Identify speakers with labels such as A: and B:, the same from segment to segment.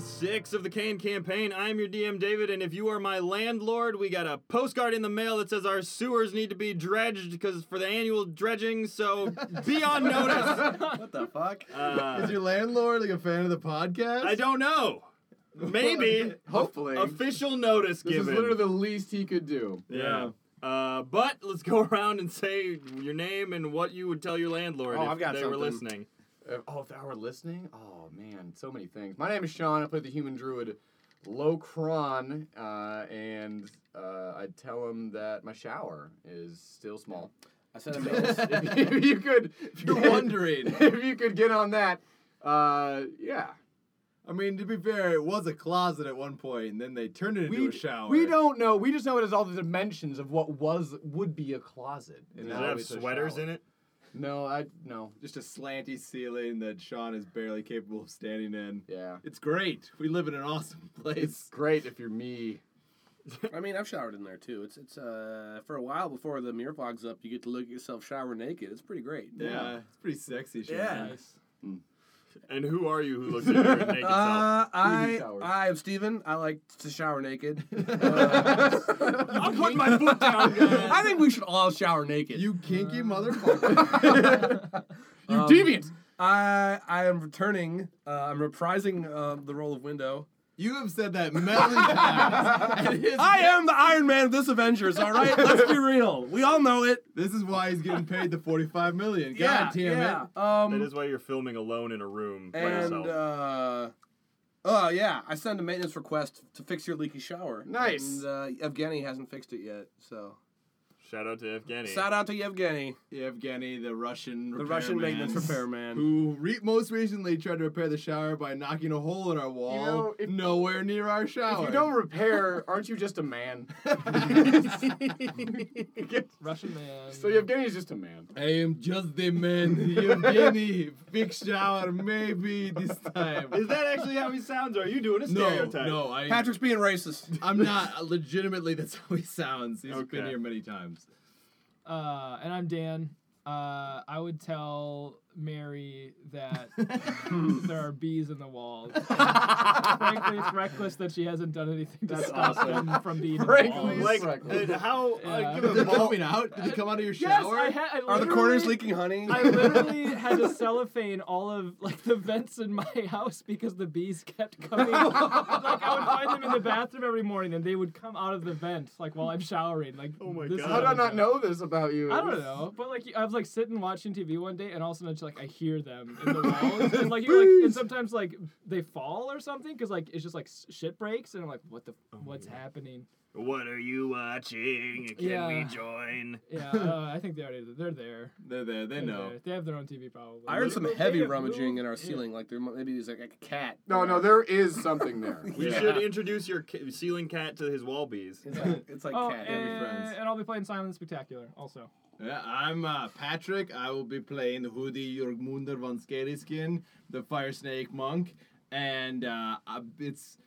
A: six of the Kane campaign. I'm your DM, David, and if you are my landlord, we got a postcard in the mail that says our sewers need to be dredged because for the annual dredging. So be on notice.
B: What the fuck?
A: Uh,
C: Is your landlord like a fan of the podcast?
A: I don't know. Maybe
B: Hopefully.
A: official notice
D: This is
A: given.
D: literally the least he could do.
A: yeah. Uh, but let's go around and say your name and what you would tell your landlord
D: Oh,
A: if
D: I've got
A: they were
D: something.
A: listening.
D: Uh, oh, if I were listening? Oh, man, so many things. My name is Sean. I play the human druid Locron, uh, and uh, I'd tell him that my shower is still small.
E: I sent him a
D: if you- you could, if you
B: You're
D: could-
B: wondering.
D: if you could get on that, uh, yeah.
C: I mean, to be fair, it was a closet at one point, and then they turned it into a shower.
D: we don't know. We just know it is all the dimensions of what was would be a closet. And
A: Does
D: now
A: it have
D: it's a
A: sweaters
D: shower.
A: in it?
D: No, I no.
C: Just a slanty ceiling that Sean is barely capable of standing in.
D: Yeah,
C: It's great. We live in an awesome place.
D: it's great if you're me.
E: I mean, I've showered in there too. It's it's uh for a while before the mirror vlog's up, you get to look at yourself shower naked. It's pretty great.
C: Yeah, it's pretty sexy, Sean.
B: Yeah.
A: And who are you who looks at your naked self?
E: Uh, I
D: shower.
E: I am Steven. I like to shower naked.
A: I'm putting my foot down, guys.
E: I think we should all shower naked.
C: You kinky motherfucker.
D: You deviant.
E: I I am returning. Uh, I'm reprising uh, the role of Window.
C: you have said that many times. and his-
E: I am the Iron Man of this Avengers. All right, let's be real. We all know it.
C: this is why he's getting paid the forty-five million. God damn it.
E: yeah. Um,
A: That is why you're filming alone in a room by
E: and
A: yourself.
E: uh, oh yeah, I sent a maintenance request to fix your leaky shower.
D: Nice.
E: And uh, Evgeny hasn't fixed it yet, so
A: Shout out to Evgeny.
E: shout out to Evgeny,
C: Evgeny, the Russian
E: the Russian
C: repairman,
E: maintenance repairman.
C: who re- most recently tried to repair the shower by knocking a hole in our wall,
D: know, if-
C: nowhere near our
D: If
C: shower.
D: you don't repair, aren't you just a man?
F: Russian man.
D: so Evgeny's just a man.
C: I am just the man, Evgeny. Big shower, maybe this time.
A: Is that actually how he sounds? Or are you doing a
C: no,
A: stereotype?
C: no, I,
E: Patrick's being racist.
C: I'm not. Legitimately, that's how he sounds. He's been
A: Okay.
C: here many times.
F: Uh, and I'm Dan. Uh, I would tell Mary that there are bees in the walls. And frankly, it's reckless that she hasn't done anything to
D: That's
F: stop
D: awesome.
F: them from being in the
D: Frankly,
F: walls.
A: Like,
D: Correctly.
A: uh, how?
F: Yeah.
A: Uh, give
C: Did
A: a
C: they
A: ball.
C: coming out? Did they come out of your
F: Yes,
C: shower?
F: I had.
E: Are the corners leaking honey?
F: I literally had to cellophane all of like the vents in my house because the bees kept coming. like I would find them in the bathroom every morning, and they would come out of the vent like while I'm showering. Like,
A: Oh my
F: this is
A: God.
D: How did I
A: don't
D: not know this about you?
F: I don't know, but like I was like sitting watching TV one day, and all of a sudden, it's like I hear them in the walls, and like you like, and sometimes like they fall or something, because like it's just like s- shit breaks, and I'm like, what the, what's happening?
A: What are you watching? Can we
F: Yeah.
A: join?
F: Yeah, uh, I think they already they're there.
C: They're there. They
F: They're
C: know.
F: there. They have their own TV probably.
E: I heard some heavy rummaging in our
F: Yeah.
E: ceiling. Like there mu- maybe there's like a cat.
D: No, no, there is something there.
A: You
C: Yeah.
A: should introduce your ca- ceiling cat to his wall bees.
E: It's like, it's like
F: Oh,
E: cat.
C: be
F: and,
C: friends.
F: and I'll be playing Simon the Spectacular also.
C: Yeah, I'm uh, Patrick. I will be playing Hoodie Jörgmunder von Skelligskin, the Fire Snake Monk, and uh, I- it's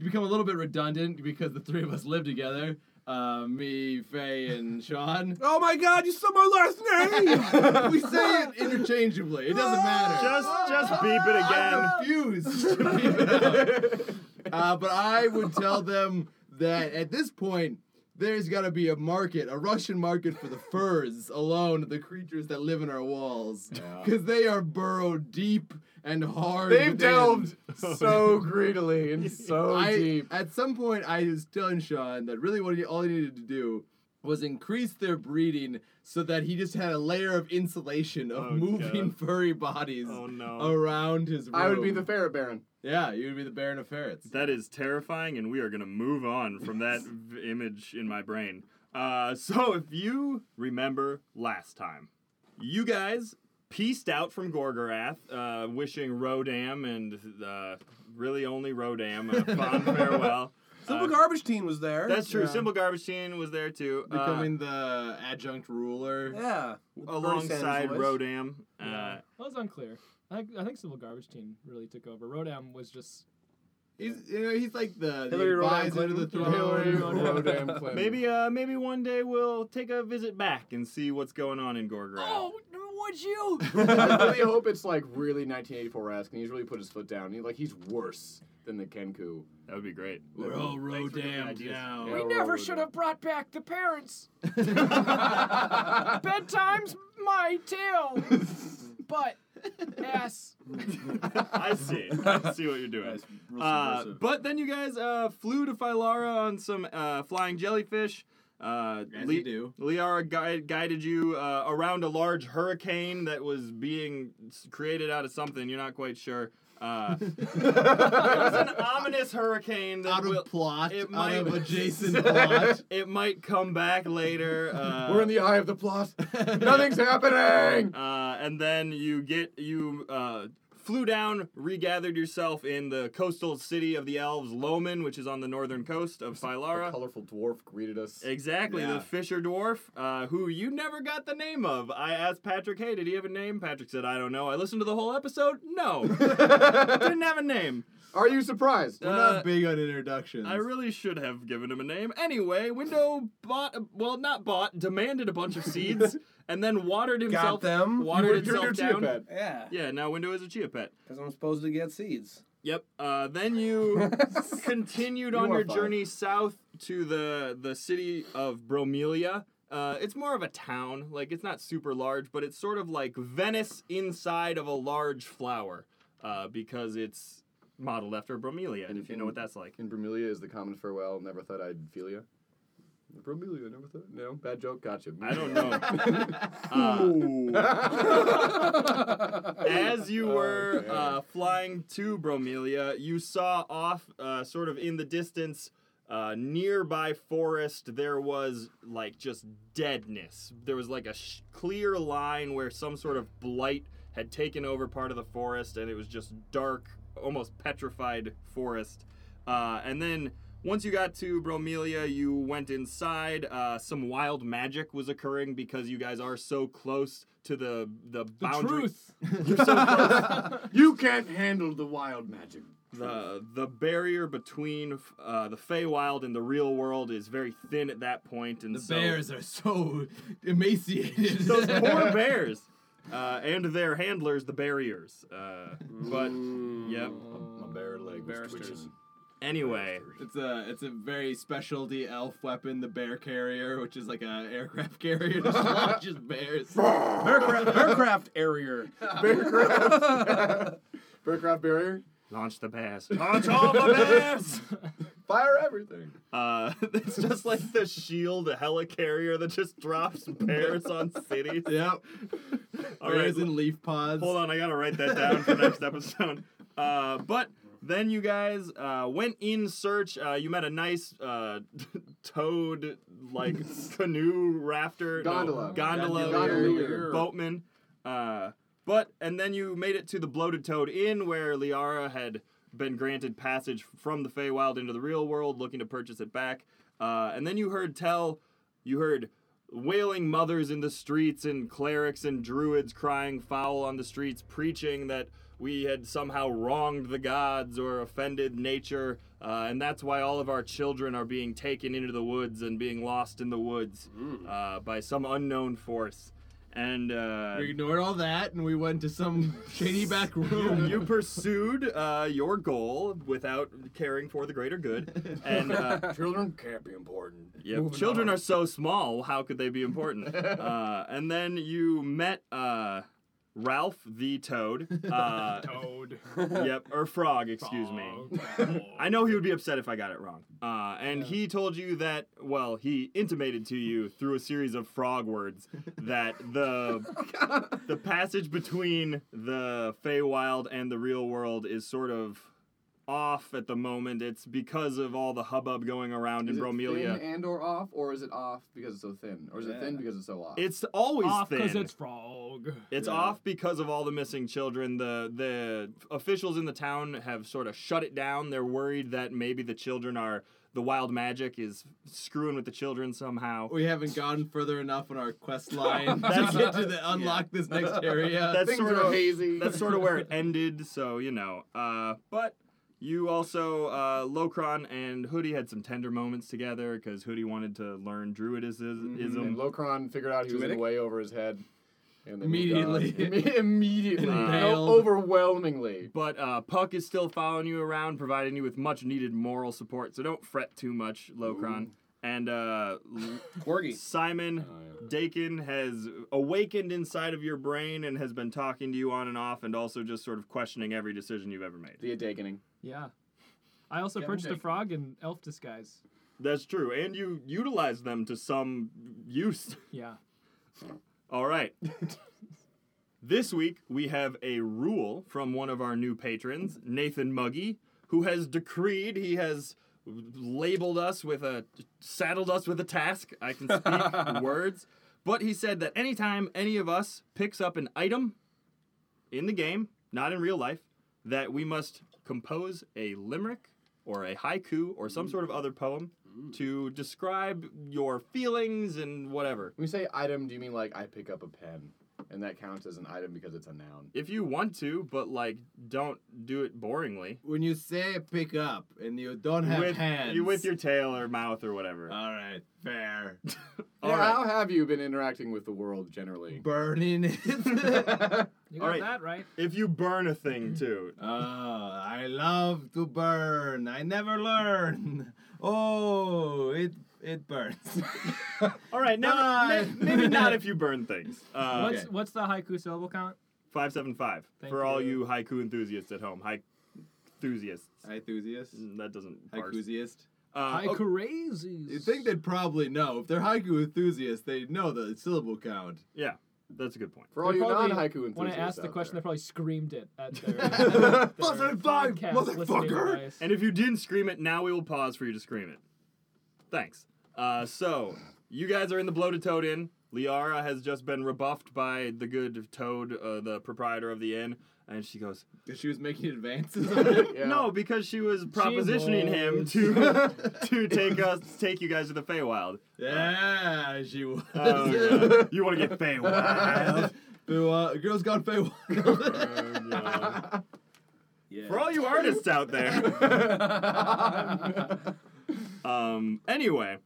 C: become a little bit redundant because the three of us live together. Uh, me, Faye, and Sean.
E: Oh my God! You said my last name.
C: we say it interchangeably. It doesn't matter.
A: Just, just beep it again.
C: I'm confused. to leave it out. uh, but I would tell them that at this point, there's got to be a market, a Russian market for the furs alone, the creatures that live in our walls, because they are burrowed deep and hard.
D: They've
C: within.
D: delved so greedily and so
C: I,
D: deep.
C: at some point, I was telling Sean that really what he, all he needed to do was increase their breeding so that he just had a layer of insulation of
A: Oh,
C: moving
A: God.
C: furry bodies
A: Oh no.
C: around his room.
D: I would be the ferret baron.
C: Yeah, you would be the Baron of Ferrets.
A: That is terrifying, and we are going to move on from that v- image in my brain. Uh, so, if you remember last time, you guys pieced out from Gorgorath, uh, wishing Rodam and uh, really only Rodam a fond farewell. Uh,
E: Simple garbage team was there.
A: That's true.
E: Yeah.
A: Simple Garbage Teen was there too, uh,
C: Becoming the adjunct ruler.
E: Yeah. With Bernie
A: alongside
E: Sanders' voice.
A: Rodam. Uh,
F: Yeah. That was unclear. I think I think Civil Garbage Team really took over. Rodam was just
C: He's you know, he's like the, the
E: Hillary Rodham
C: advisor to the
E: Clinton.
C: throne.
D: Hillary
F: Rodham.
D: Rodham Clinton.
A: Maybe, uh, maybe one day we'll take a visit back and see what's going on in Gorgorath.
E: Oh.
F: would you?
D: I really hope it's like really 1984 esque, and he's really put his foot down. He like he's worse than the Kenku.
A: That would be great.
E: We're all row
A: Thanks for giving
E: damned
A: ideas.
E: now.
D: Yeah.
F: We never should have brought back the parents. Bedtime's my tale. but yes.
A: I see. I see what you're doing.
E: That's real
A: Uh,
E: subversive.
A: but then you guys uh, flew to Philara on some uh, flying jellyfish. Uh,
C: As
A: Li-
C: you do.
A: Liara gui- guided you uh, around a large hurricane that was being s- created out of something. You're not quite sure. Uh, it was an ominous hurricane that
C: Out of
A: will-
C: plot,
A: it
C: out
A: might-
C: of adjacent plot.
A: it might come back later. Uh,
D: We're in the eye of the plot. Nothing's happening.
A: Uh, and then you get you uh, flew down, regathered yourself in the coastal city of the elves, Loman, which is on the northern coast of
D: A
A: Phylara.
D: colorful dwarf greeted us.
A: Exactly,
E: Yeah.
A: the Fisher dwarf, uh, who you never got the name of. I asked Patrick, "Hey, did he have a name?" Patrick said, "I don't know." I listened to the whole episode. No, didn't have a name.
D: Are you surprised?
A: Uh,
C: We're not big on introductions.
A: I really should have given him a name. Anyway, Window bought, well, not bought, demanded a bunch of seeds, and then watered himself.
E: them. You
A: Watered himself down.
E: Yeah,
A: Yeah, now Window is a chia pet.
E: because I'm supposed to get seeds.
A: Yep. Uh, then you continued on
D: are
A: your
D: fine.
A: journey south to the the city of Bromelia. Uh, it's more of a town, like it's not super large, but it's sort of like Venice inside of a large flower, uh, because it's modeled after Bromelia.
D: And
A: And
D: if
A: if you
D: you-
A: know what that's like,
D: In Bromelia is the common farewell. Never thought I'd feel ya. Bromelia, never thought. No, bad joke. Gotcha.
A: I don't know. Uh,
D: Uh,
A: as you were
D: Okay.
A: uh, flying to Bromelia, you saw off, uh, sort of in the distance, uh, nearby forest, there was like just deadness. There was like a sh- clear line where some sort of blight had taken over part of the forest, and it was just dark, almost petrified forest. Uh, and then once you got to Bromelia, you went inside. Uh, some wild magic was occurring because you guys are so close to the the
F: The
A: boundary.
F: truth.
D: you can't handle the wild magic.
A: the the barrier between uh, the Feywild and the real world is very thin at that point, and
C: The
A: so
C: bears are so emaciated.
A: those poor bears uh, and their handlers, the barriers. Uh, but yep.
D: My bare leg was
E: Barristers.
D: twitching.
A: Anyway,
C: It's a it's a very specialty elf weapon, the bear carrier, which is like a aircraft carrier that launches bears.
E: Aircraft, aircraft area.
D: Bearcraft barrier.
A: launch the bears. Launch all the bears.
D: Fire everything.
A: Uh, it's just like the shield helicarrier that just drops bears on cities.
C: yep.
A: All right,
C: bears in leaf pods.
A: Hold on, I gotta write that down for next episode. Uh, but then you guys uh, went in search. Uh, you met a nice uh, toad, like canoe rafter no,
D: Gondola.
A: gondola,
D: Gondolier.
A: boatman. Uh, but and then you made it to the bloated toad inn where Liara had been granted passage from the Feywild into the real world, looking to purchase it back. Uh, and then you heard tell, you heard wailing mothers in the streets and clerics and druids crying foul on the streets, preaching that we had somehow wronged the gods or offended nature, uh, and that's why all of our children are being taken into the woods and being lost in the woods uh, by some unknown force. And uh,
C: We ignored all that and we went to some shady back room.
A: you pursued uh, your goal without caring for the greater good, and uh,
D: Children can't be important.
A: Yep. Children are so small. How could they be important? uh, and then you met uh, Ralph the Toad. Uh,
F: Toad.
A: yep, or Frog, excuse me. I know he would be upset if I got it wrong. Uh, and he told you that, well, he intimated to you through a series of frog words that the the passage between the Feywild and the real world is sort of off at the moment. It's because of all the hubbub going around
D: Is
A: in
D: it
A: Bromelia.
D: thin and or off, or is it off because it's so thin, or is it thin
E: Yeah.
D: because it's so off?
A: It's always
F: Off
A: thin.
F: because it's frog.
A: It's off because of all the missing children. The the officials in the town have sort of shut it down. They're worried that maybe the children are the wild magic is screwing with the children somehow.
C: we haven't gone further enough on our quest line to get to the unlock this next area.
A: That's
D: Things
A: sort
D: are
A: of
D: hazy.
A: that's sort of where it ended. So you know, uh, but. You also, uh, Locron and Hoodie had some tender moments together because Hoodie wanted to learn Druidism.
F: Mm-hmm.
D: And Locron figured out he was in
E: Druidic?
D: way over his head. And they moved on.
C: Immediately.
D: Imme- immediately.
C: Impaled.
D: O- overwhelmingly.
A: But uh, Puck is still following you around, providing you with much needed moral support. So don't fret too much, Locron. And uh, L-
E: Corgi.
A: Simon
D: Uh,
A: Dakin has awakened inside of your brain and has been talking to you on and off, and also just sort of questioning every decision you've ever made.
D: the awakening.
F: Yeah. I also
E: Kevin
F: purchased a
E: Bacon.
F: frog in elf disguise.
A: That's true, and you utilize them to some use.
F: Yeah.
A: All right. this week we have a rule from one of our new patrons, Nathan Muggy, who has decreed he has labeled us with a saddled us with a task. I can speak words, but he said that anytime any of us picks up an item in the game, not in real life, that we must compose a limerick or a haiku or some sort of other poem to describe your feelings and whatever.
D: When we say item, do you mean like I pick up a pen? And that counts as an item because it's a noun.
A: if you want to, but like don't do it boringly.
C: When you say pick up and you don't have
A: with
C: hands.
A: you with your tail or mouth or whatever.
F: Uh,
C: All right, fair.
A: All
D: Yeah,
A: right.
D: How have you been interacting with the world generally?
C: Burning it.
F: You got
A: All right.
F: that right.
A: if you burn a
F: Mm-hmm.
A: thing too.
F: Uh,
C: Oh, I love to burn. I never learn. Oh, it it burns.
A: All right, now
C: Bye.
A: may- maybe not if you burn things. Uh,
F: What's what's the haiku syllable count?
A: Five seven five
F: Thank
A: for all
F: you.
A: you haiku enthusiasts at home. Haiku enthusiasts.
C: Enthusiast.
A: That doesn't. parse.
C: Haikusiast.
A: Uh,
F: Haiku
A: okay,
F: crazies.
C: You think they'd probably know if they're haiku enthusiasts. They know the syllable count.
A: yeah, that's a good point.
D: For all
F: They
D: you non
F: probably-
D: haiku enthusiasts.
F: When I asked the
D: out
F: question, they
D: there.
F: probably screamed it at their, their
C: Fucking five,
F: podcast listening
C: motherfucker!
F: device.
A: And if you didn't scream it, now we will pause for you to scream it. Thanks. Uh, so, you guys are in the bloated toad inn. Liara has just been rebuffed by the good toad, uh, the proprietor of the inn, and she goes,
C: 'Cause She was making advances on it.
D: Yeah.
A: "No, because she was propositioning him to to take us, take you guys to the Feywild.
C: Yeah, she was.
A: Oh, God. You want to get Feywild?
C: Who, uh, girls gone Feywild.
A: Oh, God.
E: Yeah.
A: For all you artists out there. um, anyway,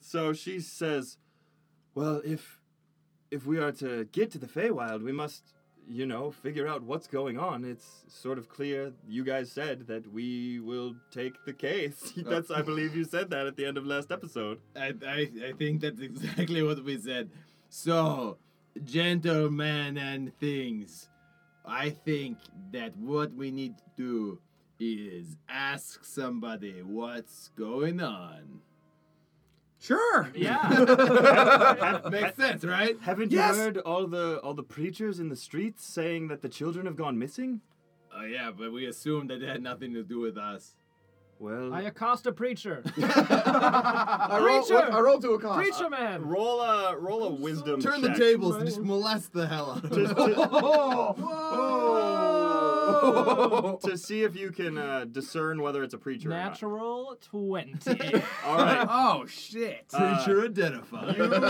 A: so she says, "Well, if if we are to get to the Feywild, we must, you know, figure out what's going on. It's sort of clear you guys said that we will take the case. That's I believe you said that at the end of last episode.
C: I, I, I think that's exactly what we said. So, gentlemen and things, I think that what we need to do is ask somebody what's going on.
E: Sure.
F: Yeah.
A: Have-
C: Makes sense, right?
A: haven't
C: Yes!
A: you heard all the all the preachers in the streets saying that the children have gone missing?
C: Oh, yeah, but we assumed that it had nothing to do with us.
A: Well,
F: I accost a preacher.
D: I rolled,
F: Preacher!
D: I rolled to a con.
F: preacher man.
A: roll a roll a wisdom.
C: Turn the
A: check.
C: tables and just molest the hell out of
A: Just-
C: them.
A: Oh. to see if you can uh, discern whether it's a preacher or
F: Natural twenty.
A: not. All right.
E: Oh shit.
C: Preacher identified.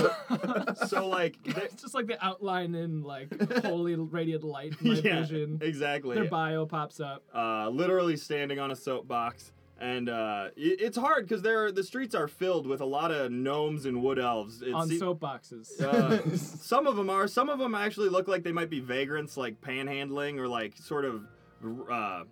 A: So like, th-
F: it's just like the outline in like holy radiant light. in My
A: yeah,
F: vision.
A: exactly.
F: Their bio pops up.
A: Uh, literally standing on a soapbox, and uh, i- it's hard because there the streets are filled with a lot of gnomes and wood elves. It
F: on
A: se-
F: soapboxes.
A: Uh, some of them are. Some of them actually look like they might be vagrants, like panhandling or like sort of uh,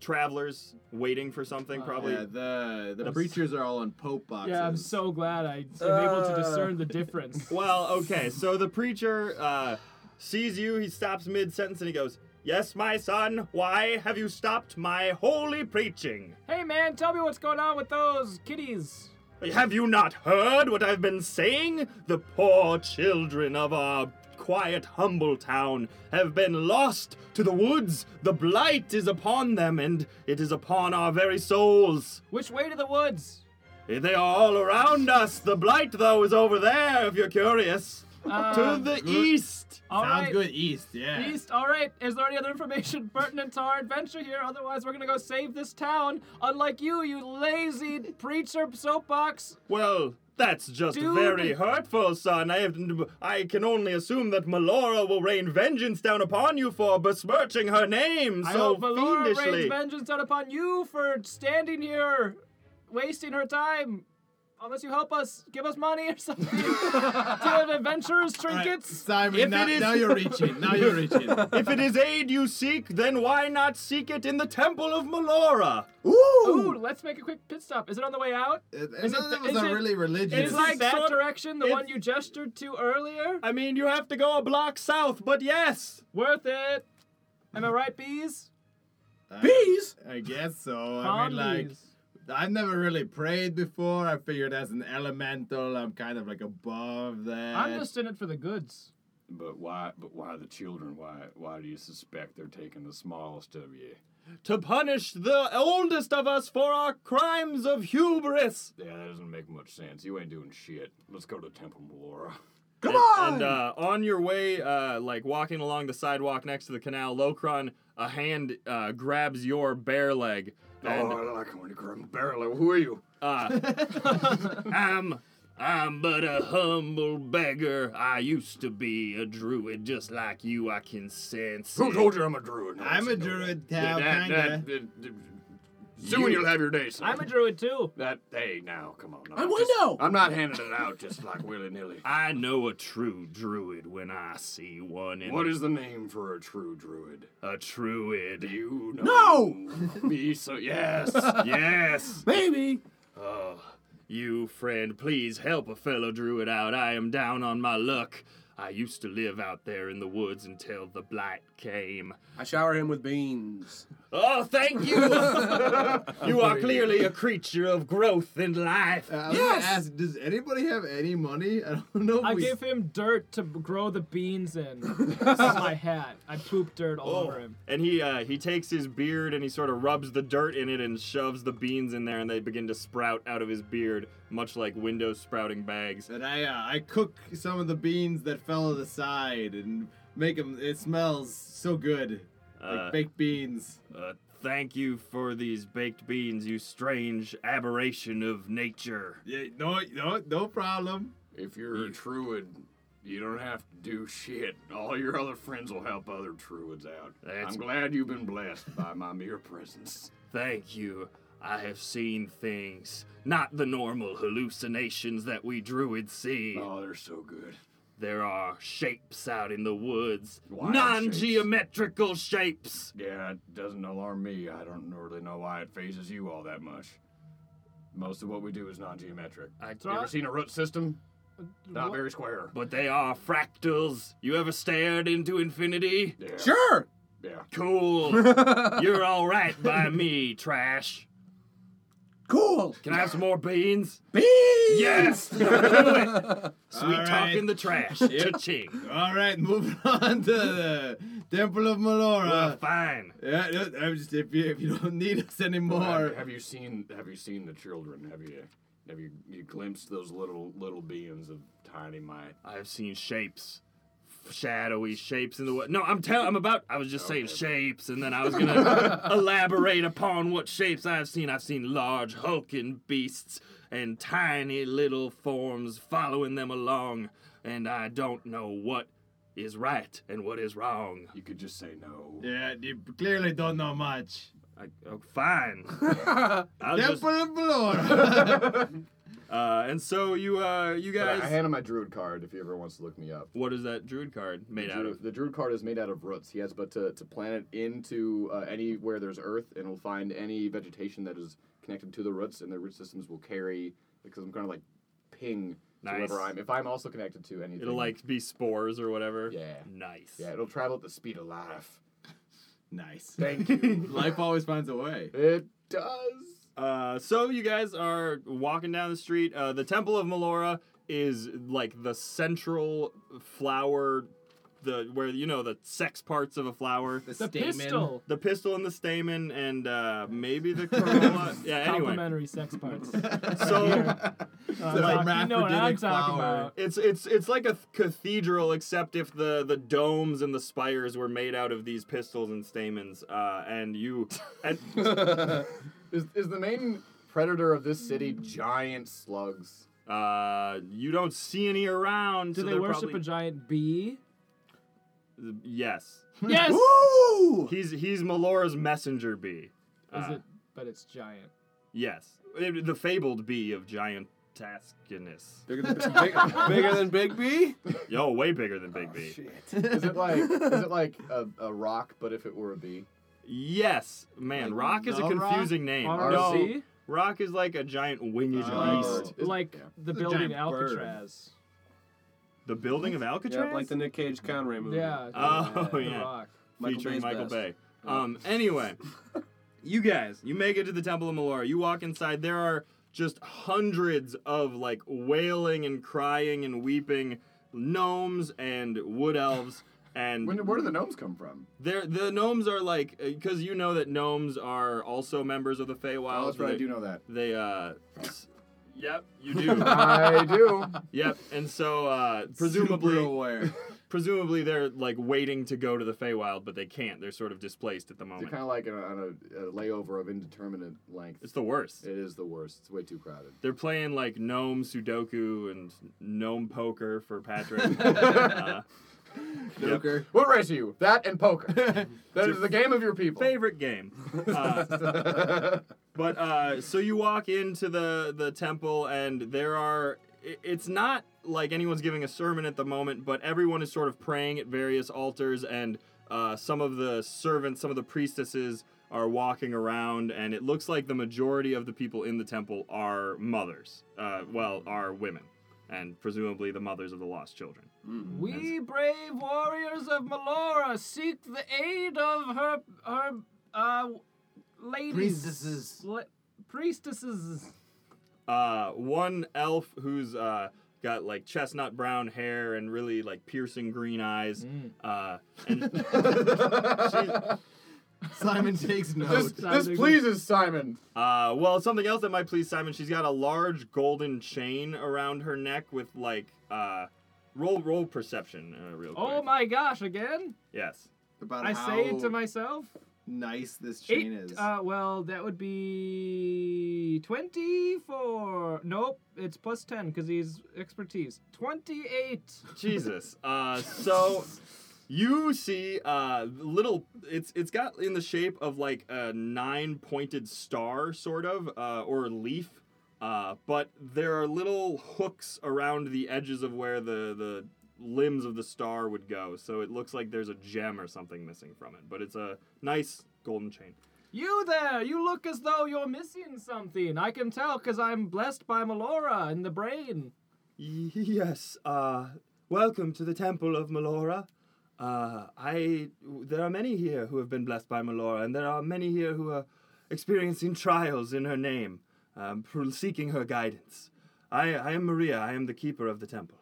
A: travelers waiting for something.
F: Uh,
A: Probably.
C: yeah, the, the preachers are all on Pope boxes.
F: yeah, I'm so glad I am able to
E: Uh.
F: discern the difference.
A: Well, okay. So the preacher uh, sees you. He stops mid sentence and he goes, "Yes, my son. Why have you stopped my holy preaching?
F: hey man, tell me what's going on with those kitties.
A: Have you not heard what I've been saying? The poor children of our quiet, humble town have been lost to the woods. The blight is upon them, and it is upon our very souls." Eh,
F: Which way to the woods?
A: They are all around us. The blight, though, is over there, if you're curious. to
F: Um,
A: the east.
F: All
C: Sounds
F: right,
C: good, East, yeah.
F: East, all right. Is there any other information pertinent to our adventure here? Otherwise, we're gonna go save this town. Unlike you, you lazy preacher soapbox.
A: Well, that's just
F: Dude.
A: very hurtful, son. I have, I can only assume that Melora will rain vengeance down upon you for besmirching her name
F: I
A: so
F: hope Valora rains
A: fiendishly.
F: vengeance down upon you for standing here, wasting her time. Unless you help us, give us money or something. to adventurers, trinkets.
C: Simon,
A: If
C: now,
A: it is-
C: now you're reaching. Now you're reaching.
A: If it is aid you seek, then why not seek it in the Temple of Melora?
F: Ooh, let's make a quick pit stop. Is it on the way out?
C: It-
F: Is
C: None of
F: it-
C: them was
F: is
C: not
F: it-
C: really religious.
F: Is
A: It's
F: like that
A: sort-
F: direction, the one
A: it's-
F: you gestured to earlier?
A: I mean, you have to go a block south, but yes!
F: Worth it. Am I right, bees?
E: Bees?
C: I guess so. I
F: Calm
C: mean, like,
F: bees.
C: I've never really prayed before. I figured as an elemental, I'm kind of like above that.
F: I'm just in it for the goods.
D: But why? But why the children? Why? Why do you suspect they're taking the smallest of you?
A: To punish the oldest of us for our crimes of hubris!
D: Yeah, that doesn't make much sense. You ain't doing shit. Let's go to Temple Melora.
A: Come on! And uh, on your way, uh, like walking along the sidewalk next to the canal, Locron, a hand uh, grabs your bear leg. And
D: oh, I like when you grab a barrel. Who are you?
A: Uh, I'm I'm but a humble beggar. I used to be a druid just like you. I can sense.
D: Who
A: it.
D: told you I'm a druid? No,
C: I'm
D: I
C: a
D: know
C: druid
D: that. Yeah,
C: town,
D: that,
C: kinda.
D: that, that- that- soon you'll have your day, son.
F: I'm a druid too.
D: That hey now, come on.
E: I'm
D: just-
E: window!
D: I'm not handing it out just like willy nilly.
A: I know a true druid when I see one. And
D: What is the name for a true druid?
A: a
D: Do
A: druid?
D: you know? No. Me so yes.
A: yes.
E: Maybe.
A: Oh, you friend, please help a fellow druid out. I am down on my luck. I used to live out there in the woods until the blight came.
E: I shower him with beans.
A: Oh, thank you! you are clearly a creature of growth and life.
C: Uh, I was
E: Yes!
C: gonna ask, does anybody have any money? I don't know. If
F: I
C: we...
F: give him dirt to b- grow the beans in. This is my hat. I poop dirt all
C: Oh,
F: over him.
A: And he uh, he takes his beard and he sort of rubs the dirt in it and shoves the beans in there and they begin to sprout out of his beard, much like windows sprouting bags.
C: And I, uh, I cook some of the beans that fell to the side and make them. It smells so good, like
A: Uh,
C: baked beans.
A: uh, thank you for these baked beans, you strange aberration of nature.
C: Yeah, no, no, no problem.
D: if you're a druid, you don't have to do shit. All your other friends will help other druids out.
A: That's-
D: I'm glad you've been blessed by my mere presence.
A: Thank you. I have seen things, not the normal hallucinations that we druids see.
D: Oh, they're so good.
A: There are shapes out in the woods,
D: Wild
A: non-geometrical shapes.
D: Yeah, it doesn't alarm me. I don't really know why it phases you all that much. Most of what we do is non-geometric.
A: I
D: You ever seen a root system? Not
F: What-
D: very square.
A: But they are fractals. You ever stared into infinity?
D: Yeah.
E: Sure.
D: Yeah.
A: Cool. You're all right by me, trash.
E: Cool.
A: Can I have some more beans?
E: Bees.
A: Yes! Do it! Sweet
C: All
A: talk in
C: right.
A: the trash. Cha-ching.
C: All right, moving on to the Temple of
A: Well,
C: Melora.
A: fine.
C: Yeah, no, I'm just if you, if you don't need us
D: Well, have-
C: anymore.
D: have, you seen Have you seen the children? Have you Have you, you glimpsed those little little beings of tiny might?
A: I've seen shapes. Shadowy shapes in the wood. No, I'm telling. I'm about. I was just saying
D: Okay.
A: shapes, and then I was gonna elaborate upon what shapes I've seen. I've seen large hulking beasts and tiny little forms following them along, and I don't know what is right and what is wrong.
D: You could just say no.
C: Yeah, you clearly don't know much.
A: I, oh, fine. I'll just,
C: Temple of Melora.
A: uh, and so you, uh, you
D: But I-
A: guys.
D: I hand him my druid card if he ever wants to look me up.
A: what is that druid card made
D: the
A: out
D: druid,
A: of?
D: the druid card is made out of roots. He has but to, to plant it into uh, anywhere there's earth, and will find any vegetation that is connected to the roots, and the root systems will carry because I'm kind of like ping to wherever
A: Nice.
D: I'm. If I'm also connected to anything,
A: It'll like be spores or whatever.
D: Yeah.
A: Nice.
D: yeah, it'll travel at the speed of light.
C: nice.
D: Thank you.
C: Life always finds a way.
D: it does.
A: Uh, so you guys are walking down the street. Uh, the Temple of Melora is like the central flower, the where you know the sex parts of a flower.
F: The pistol.
A: The pistol and the stamen, and uh, maybe the corolla. yeah. Anyway,
F: Complimentary sex parts.
A: so
F: Uh, you know what I'm
C: hermaphroditic
F: talking
C: flower.
F: about.
A: it's it's it's like a th- cathedral, except if the the domes and the spires were made out of these pistils and stamens. Uh, and you, and
D: is, is the main predator of this city giant slugs?
A: uh, you don't see any around.
F: Do
A: so
F: they
A: they're
F: worship
A: probably-
F: a giant bee?
A: Yes.
F: Yes.
E: Ooh.
A: He's he's Melora's messenger bee.
F: Is
A: Uh,
F: it? But it's giant.
A: Yes, It- the fabled bee of giant Taskiness.
E: Bigger than, big, bigger than Big B?
A: Yo, way bigger than Big B.
D: Is it like is it like a, a rock, but if it were a bee?
A: Yes, man.
C: Like
A: Rock is a
C: the Rock?
A: confusing name.
D: R-
A: no,
F: RC?
A: Rock is like a giant winged
F: Oh,
A: beast.
D: Bird.
F: like
D: Yeah.
F: the
C: It's a
F: building
C: giant bird.
F: Alcatraz.
A: The building of Alcatraz.
E: Yep, like the Nick Cage Conray movie.
F: Yeah.
A: Oh,
F: The
A: yeah.
F: Rock.
E: Michael
A: featuring
E: Bay's
A: Michael
E: best.
A: Bay. Um, anyway, you guys, you make it to the Temple of Melora. You walk inside. There are just hundreds of like wailing and crying and weeping gnomes and wood elves. And
D: When, where do the gnomes come from?
A: they're, the gnomes are like, because you know that gnomes are also members of the Feywild.
D: Oh, that's right.
A: They-
D: I do know that.
A: They, uh, s- yep, you do.
D: I do.
A: yep, and so uh, presumably,
C: Super aware.
A: presumably they're like waiting to go to the Feywild, but they can't. They're sort of displaced at the
D: It's
A: moment.
D: kind of like a, on a, a layover of indeterminate length.
A: It's the worst.
D: It is the worst. It's way too crowded.
A: They're playing like gnome Sudoku and gnome poker for Patrick. uh, yep.
C: Joker.
D: What race are you? That and poker. that is the game of your people.
A: Favorite game. Uh, but uh, so you walk into the the temple and there are. i- It's not like anyone's giving a sermon at the moment, but everyone is sort of praying at various altars, and uh, some of the servants, some of the priestesses are walking around, and it looks like the majority of the people in the temple are mothers. Uh, well, are women, and presumably the mothers of the lost children.
F: We brave warriors of Melora seek the aid of her her uh ladies
C: Priestesses.
F: Le- priestesses.
A: uh, one elf who's uh, got like chestnut brown hair and really like piercing green eyes. Uh, and
C: Simon takes
D: this
C: notes.
D: this pleases Simon.
A: uh, well, something else that might please Simon. She's got a large golden chain around her neck with like uh, roll roll perception uh, real quick.
F: Oh my gosh! Again,
A: Yes.
C: About
F: I say
C: how
F: to myself,
C: nice this chain
F: eight.
C: is.
F: Uh, well, that would be twenty-four. Nope, it's plus ten because he's expertise. Twenty-eight.
A: Jesus. Uh, so you see uh, little. It's it's got in the shape of like a nine pointed star, sort of, uh, or leaf. Uh, but there are little hooks around the edges of where the the limbs of the star would go. So it looks like there's a gem or something missing from it. But it's a nice golden chain.
F: You there! You look as though you're missing something. I can tell because I'm blessed by Melora in the brain.
A: Yes, uh, welcome to the Temple of Melora. Uh, I there are many here who have been blessed by Melora, and there are many here who are experiencing trials in her name, um, pr- seeking her guidance. I, I am Maria. I am the keeper of the temple.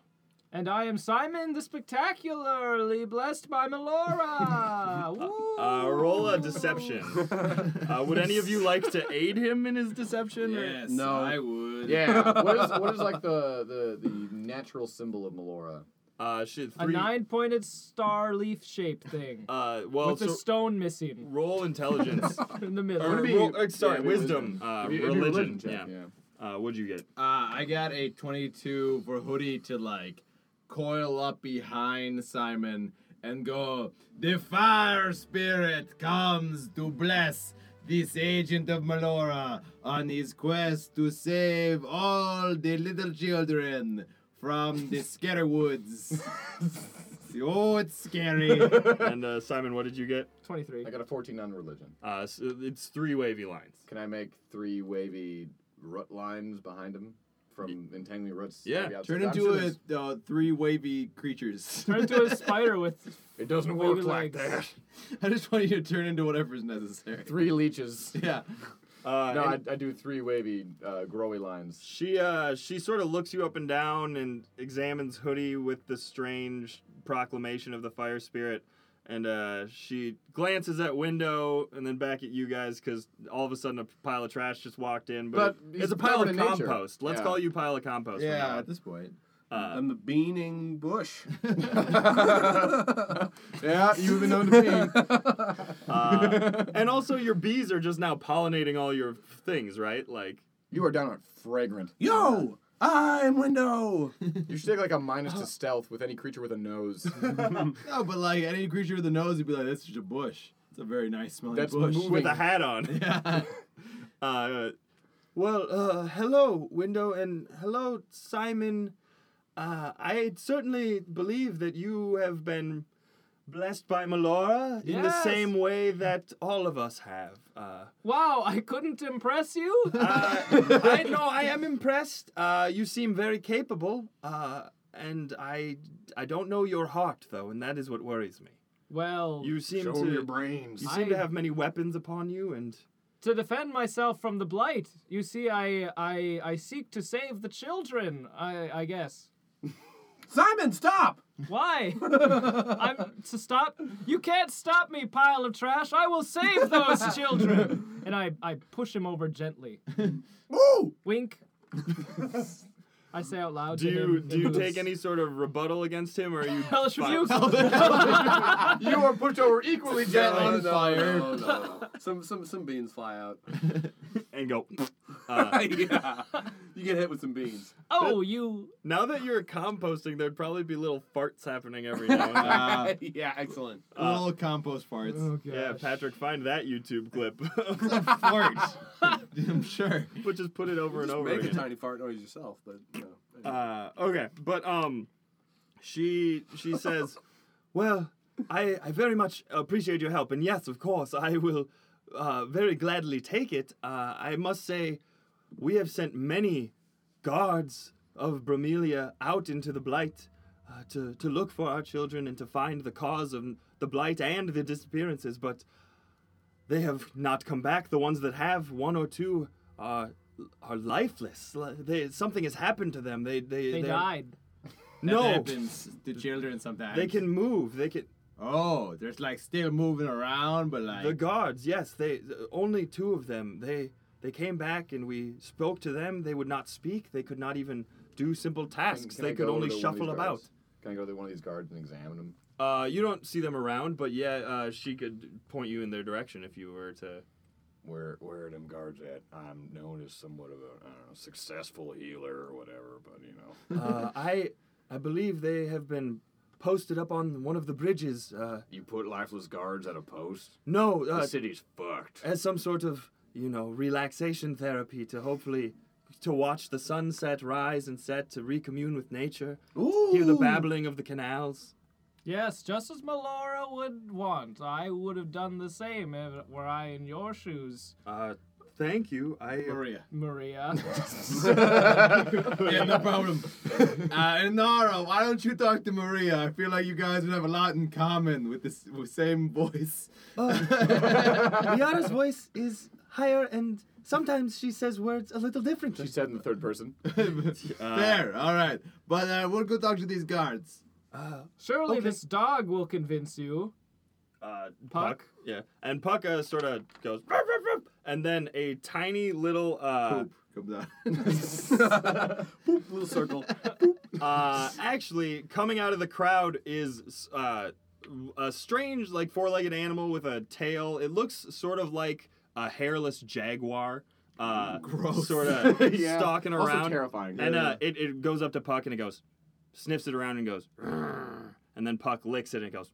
F: And I am Simon the Spectacularly blessed by Melora. Woo.
A: Uh, roll a deception. uh, would any of you like to aid him in his deception? or-
E: Yes,
D: No.
E: I would.
D: Yeah. what is what is like the the, the natural symbol of Melora?
A: Uh, shit,
F: A
A: three.
F: nine-pointed star leaf shape thing
A: Uh, well,
F: with a
A: so
F: stone missing
A: roll intelligence.
F: in the
A: Or
F: middle.
D: Would it be-
A: roll- or sorry,
D: yeah, it'd be
A: wisdom. Uh,
D: If you- if you
A: religion.
D: check,
A: yeah. Uh, what'd you get?
C: Uh, I got a 22 for Hoodie to like coil up behind Simon and go, The fire spirit comes to bless this agent of Melora on his quest to save all the little children from the scary woods. oh, it's scary.
A: and uh, Simon, what did you get?
F: Twenty-three.
D: I got a 14 on religion.
A: Uh, s it's three wavy lines.
D: Can I make three wavy rut lines behind him from entangling roots?
A: Yeah,
D: maybe outside?
C: Turn
D: I'm
C: into
D: sure
C: a
D: there's-
C: uh, three wavy creatures.
F: Turned into a spider with
D: It doesn't
F: wavy
D: work like
F: legs.
D: that.
C: I just want you to turn into whatever's necessary.
D: Three leeches.
C: Yeah.
A: Uh,
D: No,
A: and
D: I, I do three wavy uh, growy lines.
A: she uh, she sort of looks you up and down and examines Hoodie with the strange proclamation of the fire spirit, and uh, she glances at window and then back at you guys because all of a sudden a pile of trash just walked in. But,
D: But
A: it-
D: he's
A: it's a pile
D: clever
A: of
D: in nature.
A: compost. Let's
D: Yeah.
A: call you pile of compost. from now
C: Yeah,
A: on.
C: at this point.
A: Uh,
E: I'm the beaning bush.
D: yeah, you've been known to
A: uh, and also your bees are just now pollinating all your things, right? Like
D: be. You are down on fragrant.
E: Yo, I'm Window.
D: You should take like a minus to stealth with any creature with a nose.
C: No, but like any creature with a nose, you'd be like, that's just a bush. It's a very nice smelling
D: That's
C: bush.
D: moving.
A: with a hat on.
C: Yeah.
A: Uh, Well, uh, hello, Window, and hello, Simon. Uh, I certainly believe that you have been blessed by Melora in the
F: Yes.
A: same way that all of us have. Uh,
F: Wow, I couldn't impress you.
A: uh, I no, I am impressed. Uh, you seem very capable, uh, and I I don't know your heart though, and that is what worries me.
F: well,
A: You seem
D: Show
A: to
D: 'em your
A: you
D: brains.
A: seem to
F: I-
A: have many weapons upon you, and
F: to defend myself from the blight. You see, I I I seek to save the children. I I guess.
E: Simon, stop!
F: Why? I'm to stop. You can't stop me, pile of trash. I will save those children. And I I push him over gently.
E: Woo!
F: Wink. I say out loud.
A: do
F: to
A: you
F: him,
A: do you
F: and-
A: take any sort of rebuttal against him, or are you?
F: hellish
A: fine?
F: rebuke?
D: you are pushed over equally
C: on
D: gently.
C: no, fire.
E: No, no, no. some some some beans fly out.
A: and go. Uh,
E: yeah. You get hit with some beans.
F: Oh, you.
A: now that you're composting, there'd probably be little farts happening every now and then.
C: Uh,
E: yeah, excellent.
C: little compost farts.
F: gosh.
A: yeah, Patrick, find that YouTube clip.
C: Farts. I'm sure.
A: but just put it over and
E: Just
A: over
E: make
A: again.
E: a tiny fart noise yourself, but you know.
A: Uh, okay, but um, she she says, "Well, I I very much appreciate your help, and yes, of course, I will uh, very gladly take it. Uh, I must say, we have sent many guards of Bromelia out into the blight." Uh, to, to look for our children and to find the cause of the blight and the disappearances, but they have not come back. The ones that have, one or two, are are lifeless. Li- They, something has happened to them. They they
F: They
A: they're-
F: died.
A: No,
C: That happens to children sometimes.
A: they can move. They can.
C: Oh, there's like still moving around, but like.
A: The guards, yes, they only two of them. They they came back and we spoke to them. They would not speak. They could not even do simple tasks.
D: Can I
A: they could
D: go
A: only
D: to one of these
A: shuffle about.
D: guards? Can I go to one of these guards and examine them?
A: Uh, you don't see them around, but yeah, uh, she could point you in their direction if you were to.
D: Where where are them guards at? I'm known as somewhat of a I don't know, successful healer or whatever, but you know.
A: Uh, I I believe they have been posted up on one of the bridges. Uh,
D: You put lifeless guards at a post?
A: no,
D: The
A: uh,
D: city's fucked.
A: as some sort of you know relaxation therapy to hopefully to watch the sunset rise and set to recommune with nature hear the babbling of the canals
F: Yes, just as Melora would want. I would have done the same if were I in your shoes,
A: uh thank you i uh,
C: Maria.
F: Maria.
C: yeah, no problem. Uh, and Nara, why don't you talk to Maria? I feel like you guys would have a lot in common with this with same voice.
A: Liara's voice is higher and sometimes she says words a little differently
D: She said in the third person.
C: there, all right. But uh, we'll go talk to these guards.
F: Surely
A: Okay.
F: this dog will convince you.
A: uh,
F: Puck?
A: yeah and puck uh, sort of goes "Ruff, ruff, ruff," and then a tiny little uh
C: Poop comes out.
E: Boop, little circle.
A: Uh, actually, coming out of the crowd is uh, a strange, like four-legged animal with a tail. It looks sort of like a hairless jaguar. Uh,
C: Gross.
A: Sort of
D: Yeah.
A: stalking
D: Also
A: around.
D: terrifying.
A: And uh, it, it goes up to Puck and it goes, sniffs it around and goes, "Rrrr." and then Puck licks it and it goes,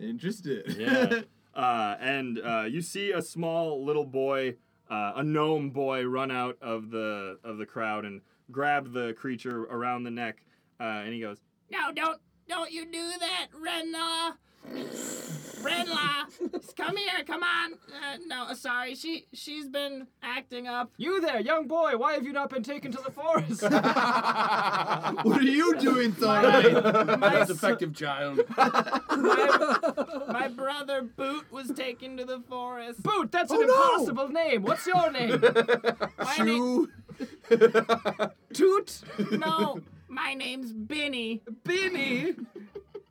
C: Interested.
A: yeah. Uh, and uh, you see a small little boy, uh, a gnome boy, run out of the of the crowd and grab the creature around the neck, uh, and he goes,
F: No, don't, don't you do that, Renla. Renla, come here, come on. Uh, no, sorry, she she's been acting up. You there, young boy? Why have you not been taken to the forest?
C: what are you doing, Thorne?
F: my,
E: That's effective child.
F: my brother Boot was taken to the forest. Boot, that's an impossible name. What's your name? my
C: Shoe.
F: Toot? No, my name's Binny. Binny?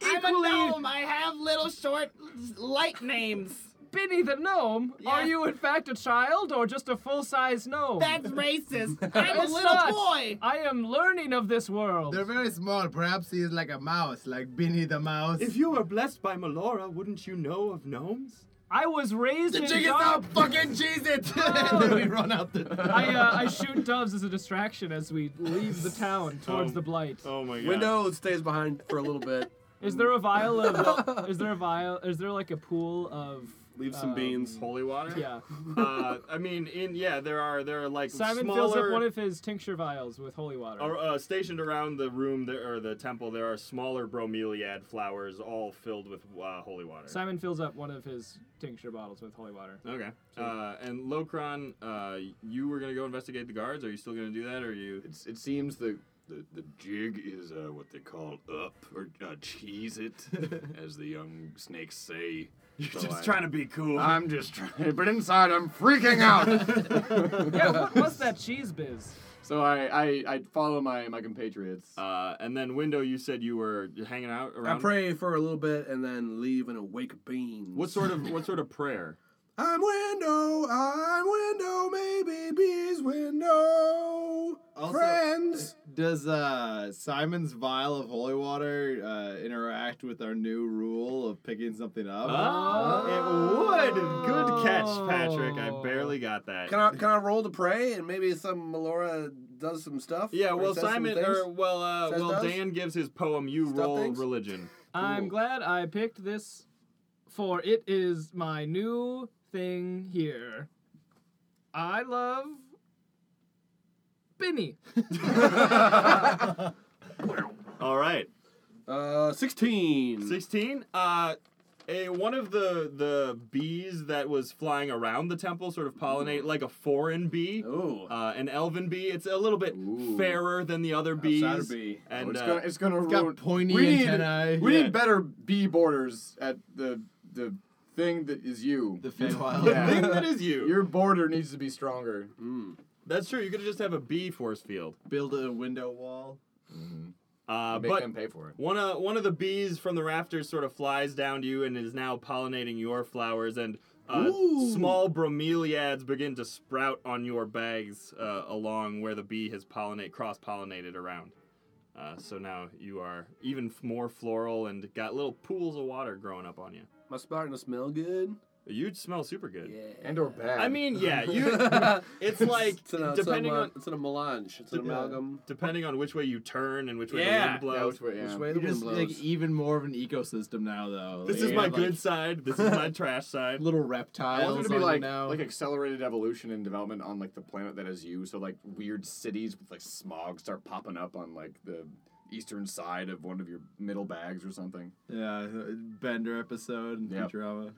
F: I'm a gnome. I have little short, light names. Binny the gnome? Are you in fact a child or just a full-size gnome?
B: That's racist. I'm a
F: It's
B: little
F: not.
B: boy.
F: I am learning of this world.
C: They're very small. Perhaps he is like a mouse, like Binny the mouse.
A: "If you were blessed by Melora, wouldn't you know of gnomes?"
F: I was raised in
B: Chicken
F: dark-
B: stop fucking cheese it.
C: and then we run out the.
F: I, uh, I shoot doves as a distraction as we leave the town towards
A: Oh.
F: the blight.
A: Oh my god!
E: Window stays behind for a little bit.
F: Is there a vial of? is there a vial? Is there like a pool of
E: Leave some
A: Uh,
F: Um,
E: beans.
A: Holy water.
F: Yeah.
A: Uh, I mean, in yeah, there are there are like
F: Simon
A: smaller,
F: fills up one of his tincture vials with holy water.
A: Ar- uh, stationed around the room there, or the temple, there are smaller bromeliad flowers, all filled with uh, holy water.
F: Simon fills up one of his tincture bottles with holy water.
A: okay. Uh, and Locron, uh, you were gonna go investigate the guards. Are you still gonna do that, or are you?
D: It's, it seems the, the, the jig is uh, what they call up, or uh, cheese it, as the young snakes say. You're
A: Just trying to be cool.
D: I'm just trying, but inside I'm freaking out.
F: yeah, what, what's that cheese biz?
D: so I, I, I follow my, my compatriots.
A: Uh, and then window, you said you were hanging out
E: I
A: around.
E: pray for a little bit and then leave and awake beans.
A: What sort of what sort of prayer?
E: I'm window, I'm window, maybe bees window.
C: Also-
E: Friends.
C: Does uh, Simon's vial of holy water uh, interact with our new rule of picking something up?
A: Oh,
D: Oh.
F: Oh.
A: It would. Good catch, Patrick. I barely got that.
E: Can I can I roll to pray and maybe some Melora does some stuff?
A: Yeah,
E: Or
A: well,
E: says some
A: Simon,
E: things?
A: or well, uh,
E: Says
A: well,
E: those?
A: Dan gives his poem. You
E: Stuff
A: roll
E: things?
A: religion.
F: I'm glad I picked this, for it is my new thing here. I love Binny.
A: All right,
E: uh, sixteen.
A: sixteen. Uh, a one of the the bees that was flying around the temple sort of pollinate like a foreign bee.
E: Ooh.
A: Uh, an elven bee. It's a little bit
D: Ooh.
A: fairer than the other bees.
E: Outsider bee.
A: And
D: Oh, it's
A: uh,
D: gonna, it's gonna
C: It's got
D: ruin-
C: pointy
D: we
C: antennae.
D: Need, we
A: Yeah.
D: need better bee borders at the the thing that is you.
C: The Feywild.
A: the
D: Yeah.
A: thing that is you.
D: Your border needs to be stronger.
A: That's true. You could just have a bee force field.
C: Build a window wall.
A: Uh,
D: Make
A: but
D: them pay for it.
A: One of one of the bees from the rafters sort of flies down to you and is now pollinating your flowers, and uh, small bromeliads begin to sprout on your bags uh, along where the bee has pollinate cross pollinated around. Uh, so now you are even f- more floral and got little pools of water growing up on you.
E: My starting to smell good.
A: You smell super good.
D: And or bad.
A: I mean, yeah, you. It's like
E: It's an- it's
A: depending
E: a,
A: on
E: it's an melange. It's an amalgam.
A: depending on which way you turn and which way
E: Yeah.
A: the wind blows.
D: Yeah, which way, yeah.
E: Which way the
C: You're
E: wind
C: just
E: blows.
C: like e- even more of an ecosystem now, though.
A: This
C: Like,
A: is
C: you
A: my
C: have,
A: good
C: like,
A: side. This is my trash side.
C: little
D: I
C: reptiles.
D: want it to be
C: on you
D: like
C: now.
D: like accelerated evolution and development on like the planet that is you. So like weird cities with like smog start popping up on like the eastern side of one of your middle bags or something.
C: yeah, Bender episode in
D: Yep.
C: Futurama.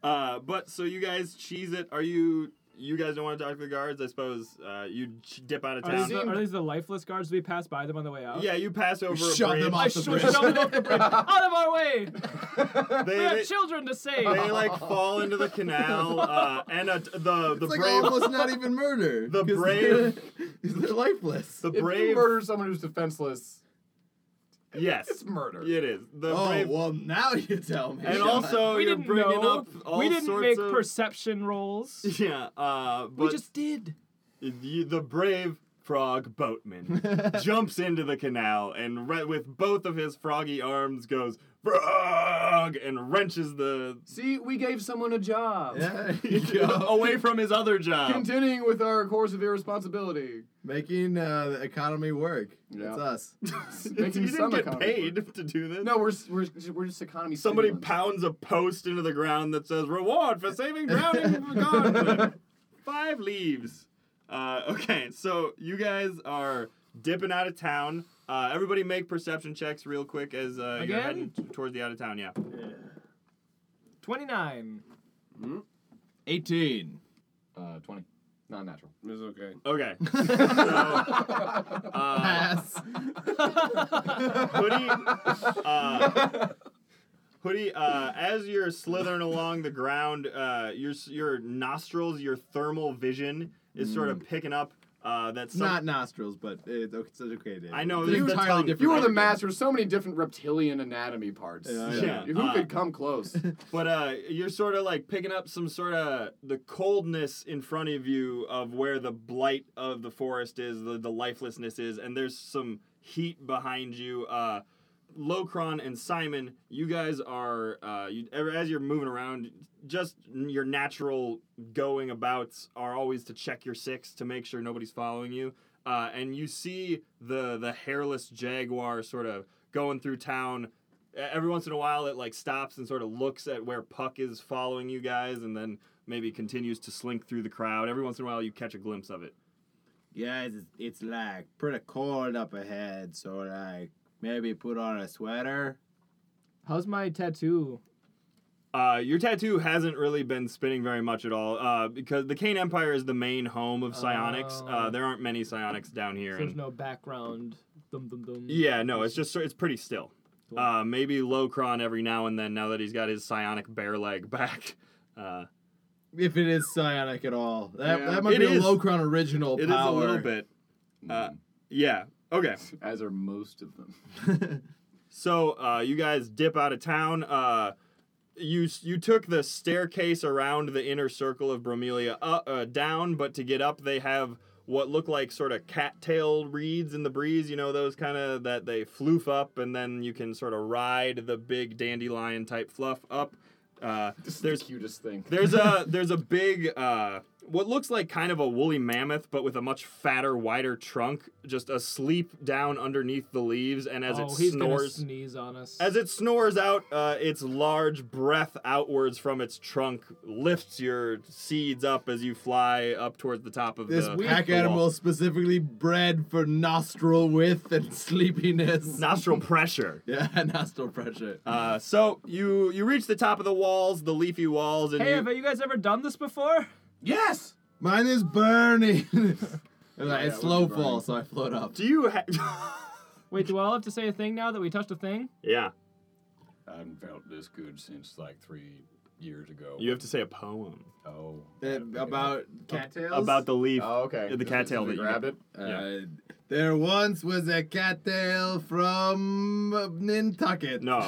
A: Uh, but so you guys cheese it. Are you you guys don't want to talk to the guards? I suppose uh, you ch- dip out of
F: Are these,
A: town.
F: the, are these the lifeless guards? Do we pass by them on the way out?
A: Yeah, you pass over a
C: shove
A: bridge.
C: them
F: I
C: off the
F: shoved
C: bridge.
F: them off the bridge. Out of our way!
A: They,
F: We
A: they-
F: have children to save.
A: they, like fall into the canal, uh, and a, the the
C: It's like
A: brave
C: almost not even murder.
A: The
C: 'cause
A: brave-
C: they're- they're lifeless.
A: the
D: If you
A: brave
D: murder someone who's defenseless,
A: yes
D: it's murder.
A: it is the
C: oh
A: brave
C: well, now you tell me.
A: and
C: Yeah.
A: also
F: we
A: you're
F: didn't
A: bringing
F: know.
A: up all
F: we didn't
A: sorts
F: make
A: of
F: perception rolls.
A: yeah uh but
F: we just did.
A: you, the brave frog boatman jumps into the canal and re- with both of his froggy arms goes frog and wrenches the
D: See, we gave someone a job.
C: Yeah, there you go.
A: away from his other job.
D: Continuing with our course of irresponsibility.
C: making uh, the economy work.
D: Yeah.
C: That's us.
A: you
D: Making
A: didn't
D: some
A: get
D: economy
A: paid to do this.
D: No, we're s- we're just, we're just economy.
A: Somebody
D: stimulants.
A: pounds a post into the ground that says "Reward for saving drowning guardsmen." Five leaves. Uh, okay, so you guys are dipping out of town. Uh, everybody make perception checks real quick as uh, you're
F: Again?
A: heading t- towards the out of town. Yeah.
F: 29.
C: Eighteen.
D: uh, twenty, not natural.
E: It's okay.
A: Okay. So, uh,
C: Pass.
A: hoodie, uh, hoodie. Uh, as you're slithering along the ground, uh, your s- your nostrils, your thermal vision is sort of picking up uh, that some,
C: Not nostrils, but it's okay. It's okay Dave.
A: I know,
C: It's
A: the- the
C: entirely
A: tongue.
C: different.
D: You are the
A: Everything.
D: master of so many different reptilian anatomy parts.
C: Yeah,
A: yeah.
D: Who
A: Uh,
D: could come close?
A: but uh, you're sort of like picking up some sort of the coldness in front of you of where the blight of the forest is, the, the lifelessness is, and there's some heat behind you. Uh, Locron and Simon, you guys are uh, you, ever- as you're moving around, just your natural going abouts are always to check your six to make sure nobody's following you. Uh, and you see the the hairless jaguar sort of going through town, e- every once in a while it like stops and sort of looks at where Puck is following you guys, and then maybe continues to slink through the crowd. Every once in a while you catch a glimpse of it.
G: Guys, it's, it's like pretty cold up ahead, so like maybe put on a sweater.
F: How's my tattoo?
A: Uh, your tattoo hasn't really been spinning very much at all uh, because the Kane Empire is the main home of psionics. Uh,
F: Oh.
A: there aren't many psionics down here.
F: There's
A: and-
F: no background. Dum dum dum.
A: Yeah, no, it's just it's pretty still. Uh, maybe Locron every now and then. Now that he's got his psionic bear leg back, uh,
H: If it is psionic at all, that,
D: Yeah.
H: that might
A: It
H: be
A: is.
H: a Locron original
A: it is
H: power.
A: a little bit. Uh, yeah. Okay.
D: Mm. As are most of them.
A: So uh, you guys dip out of town. Uh, you you took the staircase around the inner circle of Bromelia up, uh, down, but to get up, they have what look like sort of cattail reeds in the breeze. You know those kind of that they floof up, and then you can sort of ride the big dandelion type fluff up. Uh,
D: This
A: there's
D: is the cutest thing.
A: There's a there's a big uh, what looks like kind of a woolly mammoth, but with a much fatter, wider trunk, just asleep down underneath the leaves, and as
F: oh,
A: it
F: he's
A: snores.
F: gonna sneeze on us.
A: as it snores out, uh, its large breath outwards from its trunk lifts your seeds up as you fly up towards the top of
H: This
A: the
H: pack
A: the wall.
H: animal specifically bred for nostril width and sleepiness.
A: nostril pressure.
H: yeah, nostril pressure.
A: Uh, so you you reach the top of the walls, the leafy walls, and
F: hey,
A: you-
F: have you guys ever done this before?
E: Yes.
H: Mine is burning. and I,
D: yeah,
H: it's slow
D: we'll be
H: fall, so I float up.
A: do you? Ha-
F: Wait, do I all have to say a thing now that we touched a thing?
A: yeah,
D: I haven't felt this good since like three years ago.
A: you have to say a poem
D: Oh.
H: Uh, about cattails.
A: about the leaf.
D: Oh, okay.
A: The
D: This is-
A: cattail that
D: we
A: you
D: grabbed it.
A: Yeah.
H: Uh, there once was a cattail from uh, Nantucket.
A: No.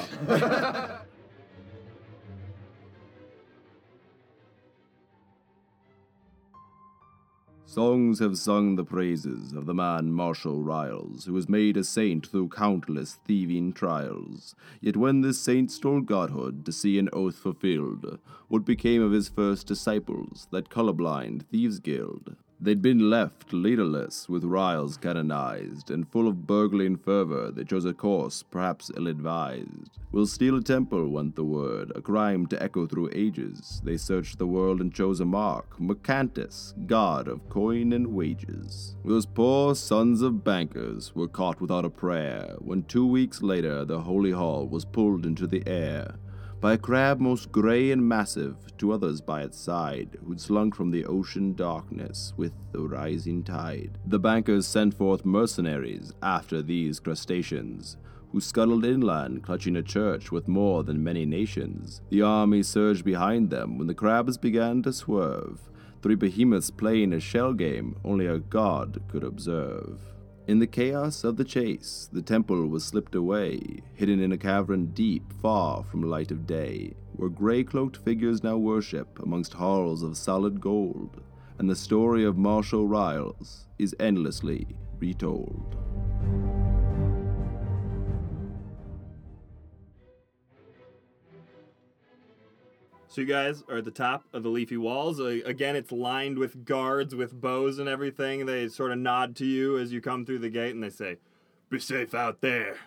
C: Songs have sung the praises of the man Marshall Riles, who was made a saint through countless thieving trials. Yet when this saint stole godhood to see an oath fulfilled, what became of his first disciples, that colorblind thieves guild? They'd been left leaderless, with Riles canonized, and full of burgling fervor, they chose a course perhaps ill advised. We'll steal a temple, went the word, a crime to echo through ages. They searched the world and chose a mark, Mercantus, god of coin and wages. Those poor sons of bankers were caught without a prayer, when two weeks later the holy hall was pulled into the air by a crab most gray and massive, to others by its side, who'd slunk from the ocean darkness with the rising tide. The bankers sent forth mercenaries after these crustaceans, who scuttled inland, clutching a church with more than many nations. The army surged behind them when the crabs began to swerve, three behemoths playing a shell game only a god could observe. In the chaos of the chase, the temple was slipped away, hidden in a cavern deep, far from light of day, where gray cloaked figures now worship amongst halls of solid gold, and the story of Marshal Riles is endlessly retold.
A: So you guys are at the top of the leafy walls. Uh, again, it's lined with guards with bows and everything. They sort of nod to you as you come through the gate, and they say, "Be safe out there.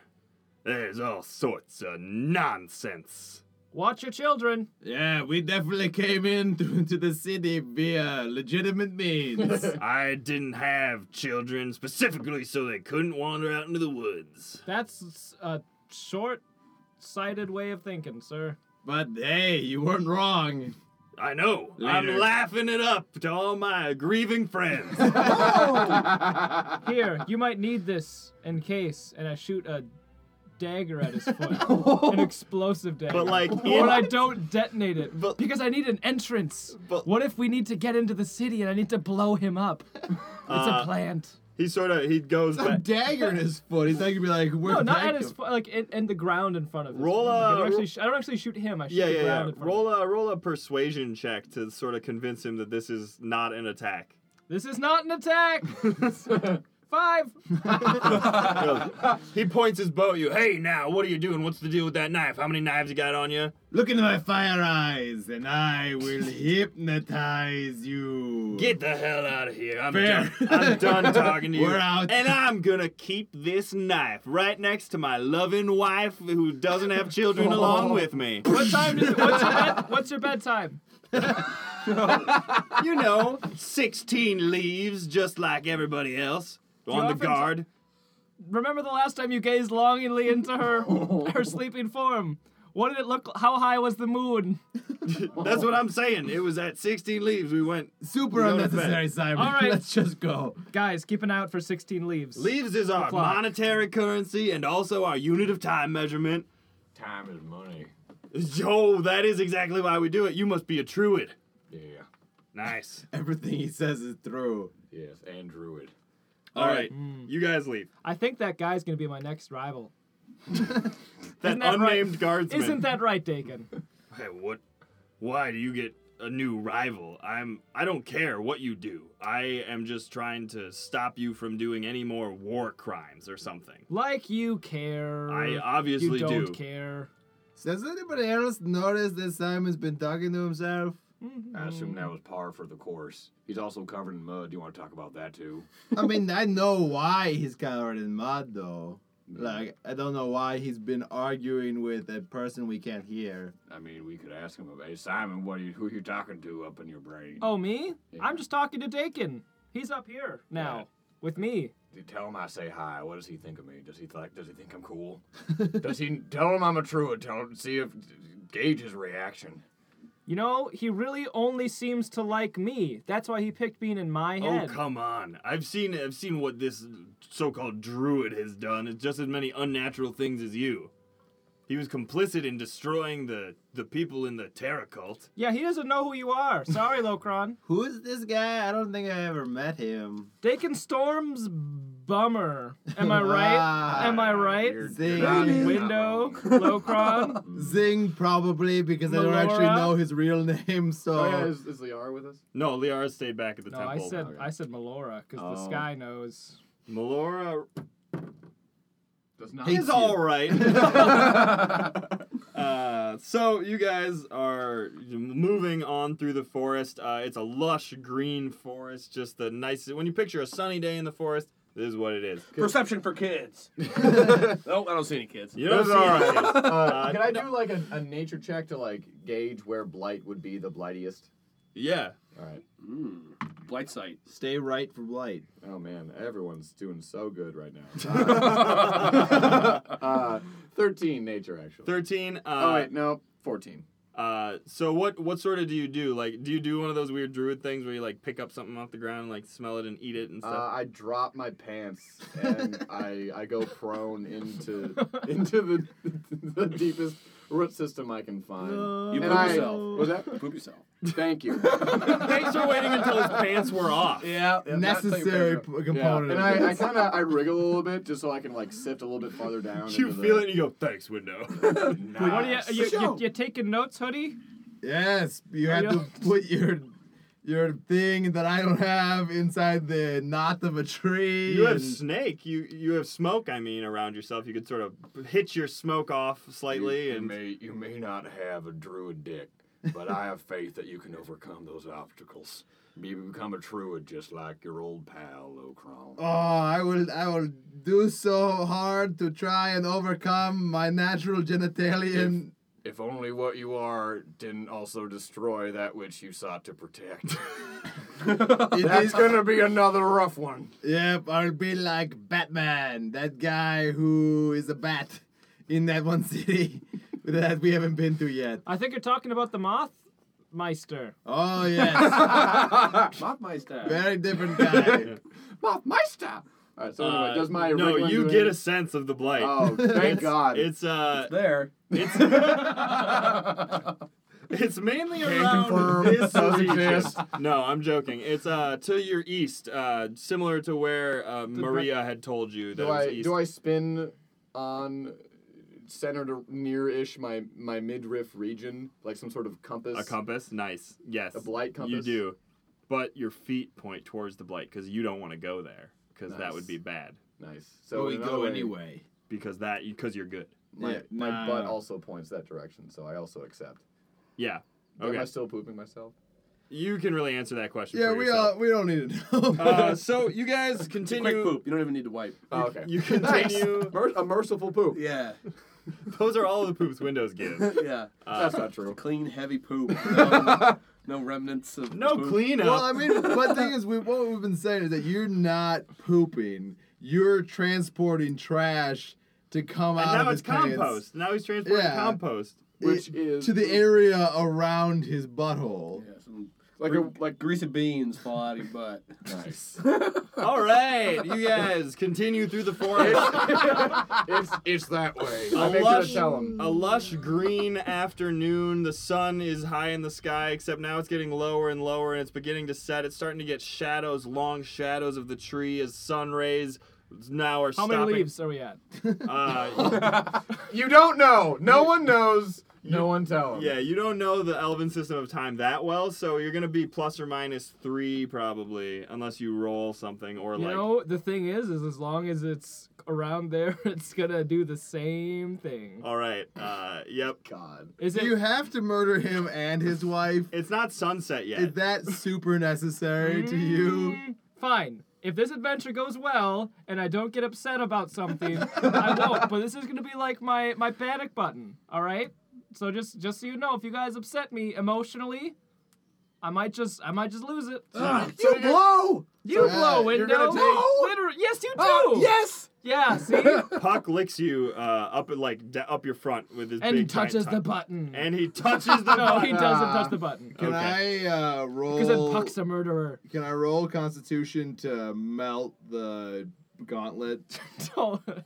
A: There's all sorts of nonsense."
F: Watch your children.
H: Yeah, we definitely came in to, into the city via legitimate means.
A: I didn't have children specifically so they couldn't wander out into the woods.
F: That's a short-sighted way of thinking, sir.
H: but hey, you weren't wrong.
A: I know. I'm
H: Later.
A: laughing it up to all my grieving friends.
F: Here, you might need this in case, and I shoot a dagger at his foot, an explosive dagger.
A: but like,
F: But I
A: in,
F: don't detonate it
A: But-
F: because I need an entrance.
A: But-
F: what if we need to get into the city and I need to blow him up? It's a
A: Uh,
F: plant.
A: he sort of he goes
H: A
A: back.
H: dagger in his foot. He's not gonna be like, we're
F: No, not at
H: back
F: his
H: to-
F: fo- like in, in the ground in front of. his
A: Roll
F: foot. Like, I
A: a-
F: don't, actually sh- I don't actually shoot him. I shoot
A: Yeah,
F: the
A: yeah,
F: ground
A: yeah.
F: in front
A: Roll
F: of
A: a roll a persuasion check to sort of convince him that this is not an attack.
F: him. This is not an attack. five.
A: He points his bow at you. Hey, now, what are you doing? What's the deal with that knife? How many knives you got on you?
C: Look into my fire eyes, and I will hypnotize you.
A: Get the hell out of here. I'm
C: Fair.
A: done. I'm done talking to you.
C: We're out.
A: And I'm gonna keep this knife right next to my loving wife who doesn't have children along
F: Oh.
A: with me.
F: What time is it? What's your, bed, what's your bedtime?
A: You know, 16 leaves just like everybody else. On the
F: often-
A: guard.
F: Remember the last time you gazed longingly into her her sleeping form? What did it look? How high was the moon?
A: That's what I'm saying. It was at 16 leaves we went.
C: Super
A: Go to
C: unnecessary, Simon.
F: All right.
C: Let's just go.
F: Guys, keep an eye out for 16 leaves.
A: Leaves is our
F: O'clock.
A: monetary currency and also our unit of time measurement.
D: Time is money.
A: Yo, that is exactly why we do it. You must be a druid.
D: Yeah.
A: Nice.
C: Everything he says is true.
D: Yes, and druid.
A: All right,
F: Mm.
A: you guys leave.
F: I think that guy's gonna be my next rival.
A: That,
F: that right?
A: unnamed guardsman.
F: Isn't that right, Dakin?
A: Hey, what? Why do you get a new rival? I'm. I don't care what you do. I am just trying to stop you from doing any more war crimes or something.
F: Like you care.
A: I obviously
F: Mm. you don't
A: do.
F: care.
C: Does anybody else notice that Simon's been talking to himself?
D: I
H: Mm.
D: assume that was par for the course. He's also covered in mud. Do you want to talk about that too?
C: I mean, I know why he's covered in mud, though. Like, I don't know why he's been arguing with a person we can't hear.
D: I mean, we could ask him about. Hey, Simon, what are you? Who are you talking to up in your brain?
F: Oh me? I'm just talking to Dakin. He's up here now
D: Yeah.
F: with me.
D: You Tell him I say hi. What does he think of me? Does he like? Does he think I'm cool? does he tell him I'm a druid? Tell him see if gauge his reaction.
F: You know, he really only seems to like me. That's why he picked being in my
A: Oh
F: head.
A: come on! I've seen. I've seen what this so-called druid has done. It's just as many unnatural things as you. He was complicit in destroying the the people in the Terra cult.
F: yeah, he doesn't know who you are. Sorry, Locron.
C: Who's this guy? I don't think I ever met him.
F: Dakin Storm's bummer. Am I right? Am I right?
D: You're-
C: Zing.
D: you're not- you're not
F: Window,
D: wrong.
F: Locron.
C: Zing, probably, because I don't actually
F: Melora?
C: know his real name, so.
D: Oh yeah, is, is Liara with us?
A: No, Liara stayed back at the
F: No, I
A: temple.
F: said I said Melora because the
C: Oh.
F: sky knows.
A: Melora
D: Does not.
C: Hey,
A: He's all right. uh, so you guys are moving on through the forest. Uh, it's a lush green forest, just the nicest. When you picture a sunny day in the forest, this is what it is.
E: Perception for kids. nope, I don't see any kids.
A: You know,
D: Those are all Uh, can I do like a, a nature check to like gauge where blight would be the blightiest?
A: yeah.
D: All right.
E: Mm. Blight sight.
C: Stay right for light.
D: Oh man, everyone's doing so good right now. Uh, uh, Thirteen nature actually.
A: Thirteen. Uh,
D: Oh wait, no, fourteen.
A: uh, so what? What sort of do you do? Like, do you do one of those weird druid things where you like pick up something off the ground, and, like smell it and eat it and
D: Uh,
A: stuff?
D: I drop my pants and I I go prone into into the the deepest root system I can find.
E: You
D: and
E: poop
D: I,
E: yourself.
D: Was that?
E: Poop yourself.
D: Thank you. Uh,
A: Thanks for waiting until his pants were off.
E: Yeah.
C: Necessary p- component.
D: Yeah.
C: of
D: And I, I
C: this.
D: kind of I wriggle a little bit just so I can like sift a little bit farther down.
A: You feel it and you go, thanks, window.
F: What are you? You, you, you taking notes, hoodie?
C: Yes, you
F: Are
C: have
F: you-
C: to put your your thing that I don't have inside the knot of a tree.
A: You have
C: and-
A: snake. You you have smoke. I mean, around yourself, you could sort of hitch your smoke off slightly, and
D: may you may not have a druid dick, but I have faith that you can overcome those obstacles. Maybe become a druid just like your old pal Locron.
C: Oh, I will I will do so hard to try and overcome my natural genitalian.
D: If only what you are didn't also destroy that which you sought to protect.
C: It
D: That's
C: is-
D: gonna be another rough one.
C: Yep, I'll be like Batman, that guy who is a bat in that one city that we haven't been to yet.
F: I think you're talking about the moth meister.
C: Oh yes,
E: Mothmeister.
C: very different guy.
D: Meister. All right. So anyway,
A: Uh,
D: does my
A: no,
D: wriggling
A: you
D: do
A: get a
D: anything?
A: sense of the blight.
D: Oh, thank God!
A: It's uh,
E: There.
A: it's mainly around this region. No, I'm joking. It's uh to your east, uh, similar to where uh, Maria had told you that
D: do
A: it was
D: I
A: east.
D: do I spin on center to near-ish my my midriff region like some sort of compass?
A: a compass, nice. Yes,
D: A blight
A: You
D: compass?
A: do, but your feet point towards the blight because you don't want to go there. because that would
D: Nice.
A: be bad.
D: Nice. So
B: So we
D: in another
B: go
D: way,
B: anyway.
A: Because that because you're good.
D: My,
B: Yeah,
D: my
B: no,
D: butt
B: no.
D: also points that direction, so I also accept.
A: Yeah.
D: Am I
A: Okay.
D: still pooping myself?
A: You can really answer that question.
C: Yeah,
A: for
C: we
A: yourself.
C: all, we don't need to know.
A: Uh, so you guys continue.
E: Quick poop. You don't even need to wipe.
D: Oh, okay.
A: You continue.
D: Mer- a merciful poop.
E: Yeah,
A: Those are all the poops windows give.
E: yeah.
D: That's not true.
E: Clean, heavy poop. No, no remnants of
A: No
E: poop.
A: cleanup.
C: Well, I mean, but thing is, we, what we've been saying is that you're not pooping; you're transporting trash to come
A: and
C: out of
A: now
C: his
A: it's
C: pants
A: compost. Now he's transporting
C: Yeah.
A: compost.
D: Which
C: i-
D: is
C: to the area around his butthole.
E: Yeah, some
D: Like
E: gre-
D: a
E: like greasy beans fall out of your butt.
D: nice.
A: All right, you guys continue through the forest.
D: it's it's that way. I make sure
A: lush-
D: to tell him.
A: A lush green afternoon. The sun is high in the sky, except now it's getting lower and lower, and it's beginning to set. It's starting to get shadows, long shadows of the tree as sun rays now are
F: How
A: stopping.
F: many leaves are we at?
A: Uh,
D: You don't know. No one knows. No one tell him.
A: yeah, you don't know the elven system of time that well, so you're gonna be plus or minus three probably, unless you roll something or
F: You
A: like.
F: know, the thing is, is as long as it's around there, it's gonna do the same thing.
A: All right. Uh, yep.
D: God.
F: Is it?
C: You have to murder him and his wife.
A: It's not sunset yet.
C: Is that super necessary to you?
F: Mm, Fine. If this adventure goes well and I don't get upset about something, I won't. But this is gonna be like my my panic button. All right. So just just so you know, if you guys upset me emotionally, I might just I might just lose it.
D: you blow.
F: you blow
C: uh,
D: you're
F: window.
D: gonna take-
F: Literally, yes, you do.
D: yes.
F: Yeah. See.
A: Puck licks you uh, up at, like da- up your front with his
F: and he
A: big giant
F: touches the
A: tongue.
F: button.
A: And he touches the
F: no,
A: button.
F: he doesn't touch the button.
C: Can
A: Okay.
C: I uh,
F: Because then
C: roll?
F: Puck's a murderer.
C: Can I roll Constitution to melt the gauntlet?
F: Don't.
A: Uh,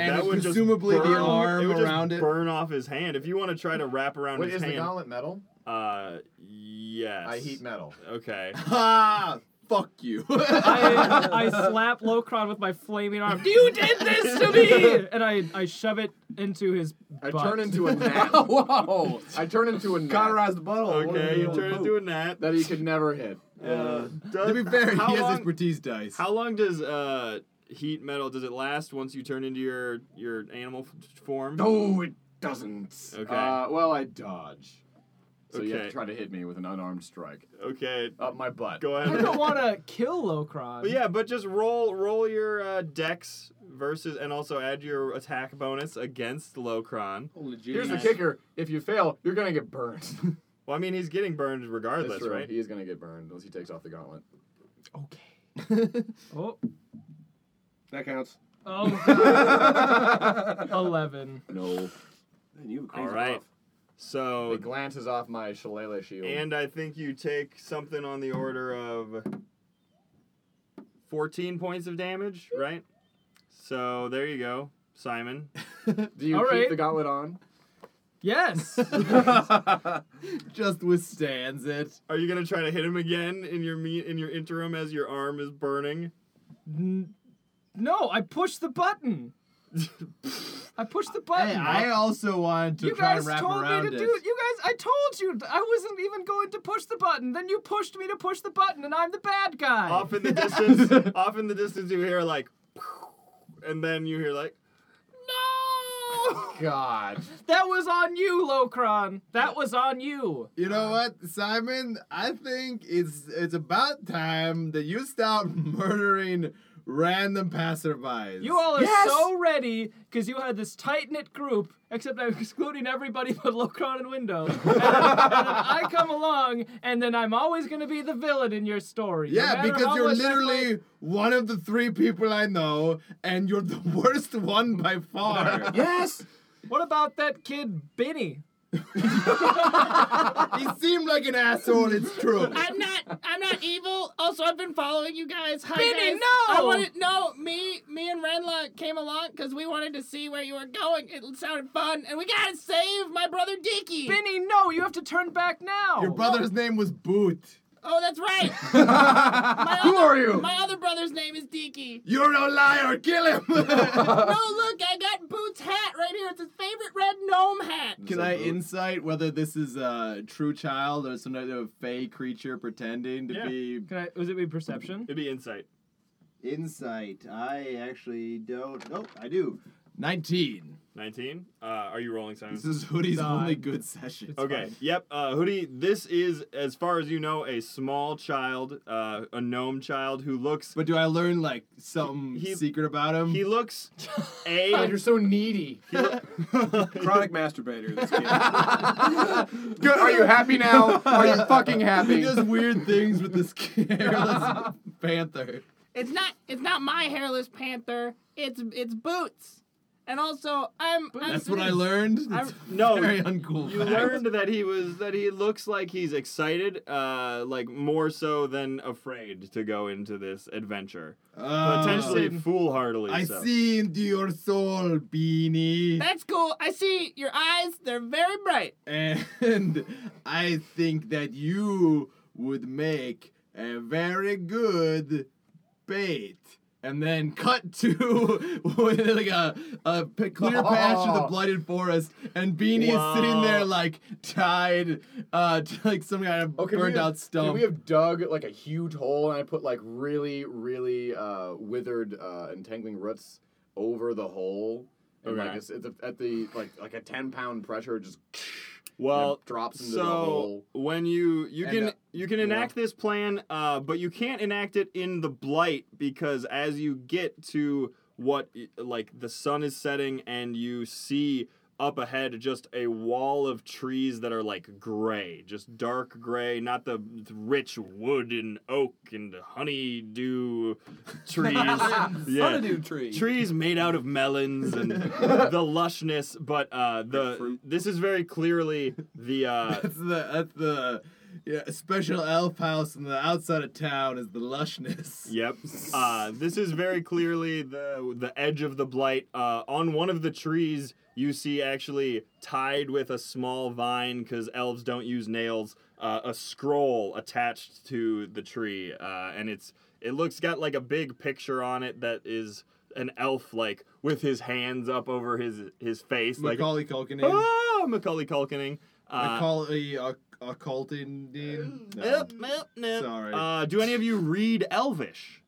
C: And
A: that would
C: presumably
A: just
C: the
A: burn,
C: arm
A: it would just
C: around it?
A: burn off his hand. If you want to try to wrap around
D: Wait,
A: his
D: is the
A: hand,
D: gauntlet metal?
A: uh, yes.
D: I heat metal.
A: Okay.
C: Ha! Ah, Fuck you.
F: I, I slap Locron with my flaming arm. You did this to me! And I, I shove it into his
D: I
F: butt.
D: turn into a gnat.
E: Whoa!
D: I turn into a gnat
E: Cauterized the butthole.
A: Okay, you turn into a gnat.
D: Oh, that he could never hit.
A: Uh, does,
C: to be fair, he
A: how
C: has
A: long,
C: expertise dice.
A: How long does uh, heat metal, does it last once you turn into your, your animal f- form?
D: No, it doesn't.
A: Okay.
D: Uh, well, I dodge. So you have
A: Okay.
D: to try to hit me with an unarmed strike
A: Okay,
D: up my butt.
A: go
F: I
A: ahead.
F: don't want to kill Locron.
A: But yeah, but just roll roll your uh, dex versus, and also add your attack bonus against Locron.
E: Holy
D: Here's the
E: Jesus.
D: kicker: if you fail, you're gonna get burned.
A: Well, I mean, he's getting burned regardless,
D: true.
A: right?
D: He is gonna get burned unless he takes off the gauntlet.
F: Oh.
E: That counts.
F: oh. 11.
D: No.
E: Man, you were crazy
A: All right.
E: off.
A: So,
D: It glances off my shillelagh shield.
A: and I think you take something on the order of fourteen points of damage, right? So there you go, Simon.
D: Do you
F: All
D: keep
F: right.
D: the gauntlet on?
F: Yes!
C: Just withstands it.
A: Are you gonna try to hit him again in your me- in your interim as your arm is burning?
F: N- no, I pushed the button. I pushed the button.
C: Hey, I also wanted to
F: you
C: try
F: guys
C: and wrap
F: told
C: around
F: me to
C: it.
F: do it. You guys, I told you I wasn't even going to push the button. Then you pushed me to push the button, and I'm the bad guy.
A: off in the distance, off in the distance, you hear like, and then you hear like,
D: God.
F: That was on you, Locron. That was on you.
C: You know what, Simon? I think it's it's about time that you stop murdering random passerbys.
F: You all are so ready because you had this tight knit group, except I'm excluding everybody but Locron and Window. And, and then I come along, and then I'm always going to be the villain in your story. no
C: yeah,
F: matter
C: because
F: how
C: you're
F: much I
C: literally
F: play-
C: one of the three people I know, and you're the worst one by far.
D: Yes.
F: What about that kid, Benny?
C: he seemed like an asshole. It's true.
I: I'm not. I'm not evil. Also, I've been following you guys. Hi,
F: Benny,
I: guys.
F: no!
I: I wanted no. Me, me and Renla came along because we wanted to see where you were going. It sounded fun, and we gotta save my brother Dicky.
F: Benny, no, you have to turn back now.
C: Your brother's name was Boot.
I: oh, that's right. My
D: Who
I: other-
D: are you?
I: My other brother's name is Dicky.
C: You're no liar. Kill him.
I: no, look, I got Boots' hat right here. It's his favorite red gnome hat.
C: Can I insight whether this is a true child or some type of fey creature pretending to
A: Yeah.
C: be?
F: Can I, was it with perception?
A: it'd be insight.
B: Insight. I actually don't. Nope, I do.
C: 19.
A: 19? Uh, are you rolling, Simon?
C: This is Hoodie's
F: Nah.
C: only good session.
A: Okay. Yep. Uh, Hoodie, this is, as far as you know, a small child, uh, a gnome child who looks.
C: But do I learn, like, something
A: He-
C: secret about him?
A: He looks
D: God,
A: a.
D: you're so needy.
E: Chronic masturbator. This kid.
D: Good. Are you happy now? Are you fucking
C: he
D: happy?
C: does weird things with this careless panther.
I: It's not it's not my hairless panther. It's it's boots. And also I'm, I'm
C: That's what I learned.
I: I'm-
C: It's
A: No.
C: very uncool.
A: You
C: fact.
A: learned that he was that he looks like he's excited, uh, like more so than afraid to go into this adventure.
C: Oh,
A: Potentially foolhardily.
C: I
A: so.
C: see into your soul, Beanie.
I: That's cool. I see your eyes. They're very bright.
C: And I think that you would make a very good bait. And then cut to with like a, a p- clear patch of the blighted forest, and Beanie is sitting there like tied uh, to like some kind of
D: Okay,
C: burned out stump.
D: We have dug like a huge hole, and I put like really, really uh, withered, uh, entangling roots over the hole. And like
A: Okay.
D: it's, it's at the like like a ten pound pressure, it just
A: Well,
D: drops into
A: so
D: the hole.
A: when you you
C: And,
A: can
C: uh,
A: you can enact this plan, uh, but you can't enact it in the blight because as you get to what like the sun is setting and you see up ahead just a wall of trees that are like gray, just dark gray, not the rich wood and oak and honeydew trees. yeah
E: Honeydew tree.
A: trees made out of melons and the lushness, but uh, the this is very clearly the uh,
C: That's the that's the yeah, special elf house on the outside of town is the lushness.
A: yep. Uh, this is very clearly the the edge of the blight. Uh, on one of the trees, you see actually tied with a small vine because elves don't use nails. Uh, a scroll attached to the tree, uh, and it's it looks got like a big picture on it that is an elf like with his hands up over his his face like
C: Macaulay Culkin.
A: Ah, Macaulay Culkining. Uh,
C: Macaulay uh, occulting. No.
A: nope, nope, nope.
C: Sorry.
A: Uh, do any of you read Elvish?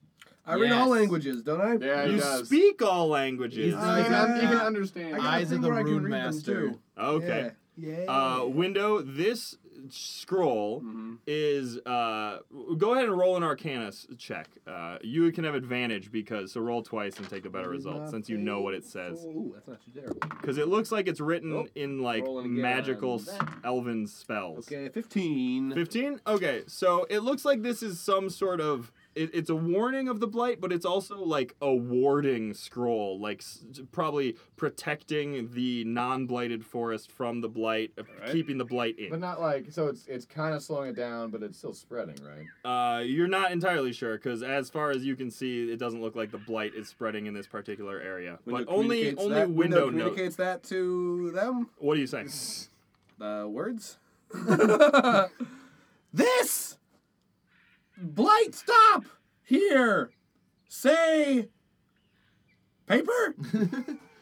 E: I read all
B: Yes.
E: languages, don't I?
D: Yeah,
A: you
D: he does.
A: speak all languages.
C: He's
D: So you,
C: Uh,
D: can, you can
C: yeah.
D: understand.
E: I got a
C: Eyes
E: thing
C: of the
E: where I can
C: Rune
E: read them,
C: Master.
E: too.
A: okay.
B: Yeah.
A: Uh, window. This scroll is. Uh, go ahead and roll an Arcana s- check. Uh, you can have advantage because so roll twice and take a better result since you know what it says.
E: Ooh, that's not too terrible.
A: Because it looks like it's written
E: Oh,
A: in like
E: rolling again.
A: magical s- elven spells.
E: Okay, 15.
A: 15 okay so it looks like this is some sort of it, it's a warning of the blight but it's also like a warding scroll like s- probably protecting the non-blighted forest from the blight uh,
E: right.
A: keeping the blight
D: But
A: in
D: not like so. It's it's kind of slowing it down, but it's still spreading, right?
A: uh, you're not entirely sure because as far as you can see it doesn't look like the blight is spreading in this particular area
E: Window
A: but only
E: communicates
A: only
E: that-
A: window, notes
E: communicates that to them.
A: what do you say
E: The words. this blight stop here. Say paper.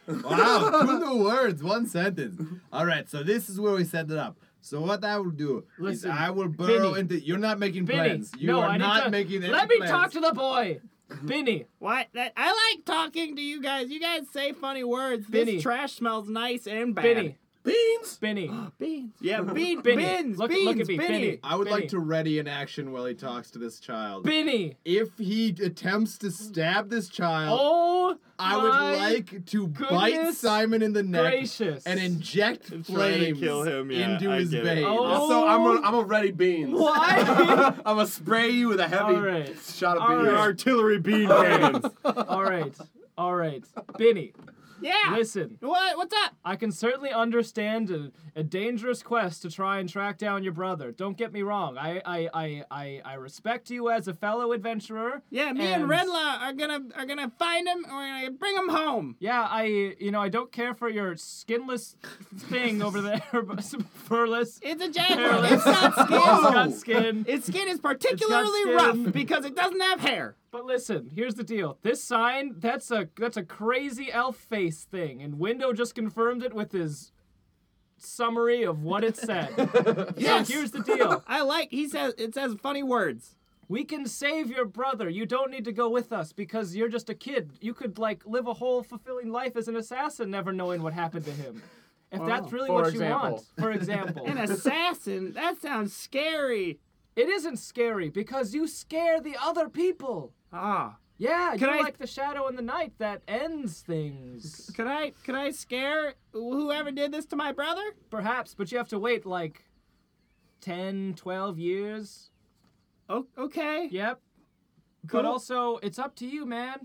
C: Wow, two new words, one sentence. All right, so this is where we set it up. So what I will do
F: Listen,
C: is I will burrow
F: Vinny.
C: into. You're not making
F: Binny,
C: plans. You
F: no,
C: are
F: I need
C: not
F: to,
C: making any
F: Let me
C: plans.
F: talk to the boy, Binny.
I: What? That, I like talking to you guys. You guys say funny words.
F: Benny.
I: This trash smells nice and bad.
F: Binny,
E: Beans.
F: Binny,
I: Beans. Yeah, bean,
F: Benny.
I: beans.
F: Look-
I: beans.
F: look at me,
I: Benny.
F: Benny.
C: I would
F: Vinny.
C: like to ready an action while he talks to this child.
F: Binny.
C: if he attempts to stab this child,
F: Oh,
C: I would
F: my
C: like to bite
F: goodness
C: Simon in the neck
F: gracious.
C: and inject
A: try to
C: flames
A: kill him, yeah,
C: into
A: I
C: his
A: get it.
C: veins.
F: Oh.
E: So I'm a, I'm a ready beans.
F: Why?
E: I'm gonna spray you with a heavy
F: All right.
E: shot of
F: All
E: beans.
A: Your
F: right.
A: artillery bean cannons
F: all right, all right, Binny.
I: Yeah.
F: Listen,
I: What? What's up?
F: I can certainly understand a, a dangerous quest to try and track down your brother. Don't get me wrong. I I, I, I, I respect you as a fellow adventurer.
I: Yeah, me and, Redlaw are gonna are gonna find him and we're gonna bring him home.
F: Yeah, I you know I don't care for your skinless thing over there, but some furless.
I: It's a jaguar.
F: hairless.
I: it's not
F: It's
I: skin.
F: got skin.
I: Its skin is particularly
F: skin.
I: rough because it doesn't have hair.
F: But listen, here's the deal. This sign, that's a that's a crazy elf face thing, and Window just confirmed it with his summary of what it said. So
I: Yes.
F: here's the deal.
I: I like. He says it says funny words.
F: we can save your brother. You don't need to go with us because you're just a kid. You could like live a whole fulfilling life as an assassin, never knowing what happened to him. If that's really
D: For
F: what
D: example.
F: you want, for example,
I: An assassin? That sounds scary.
F: it isn't scary because you scare the other people.
I: Ah.
F: Yeah,
I: Can
F: you're
I: I-
F: like the shadow in the night that ends things.
I: Could I could I scare whoever did this to my brother?
F: Perhaps, but you have to wait like 10, 12 years.
I: O- okay.
F: Yep. But
I: Cool.
F: also, it's up to you, man.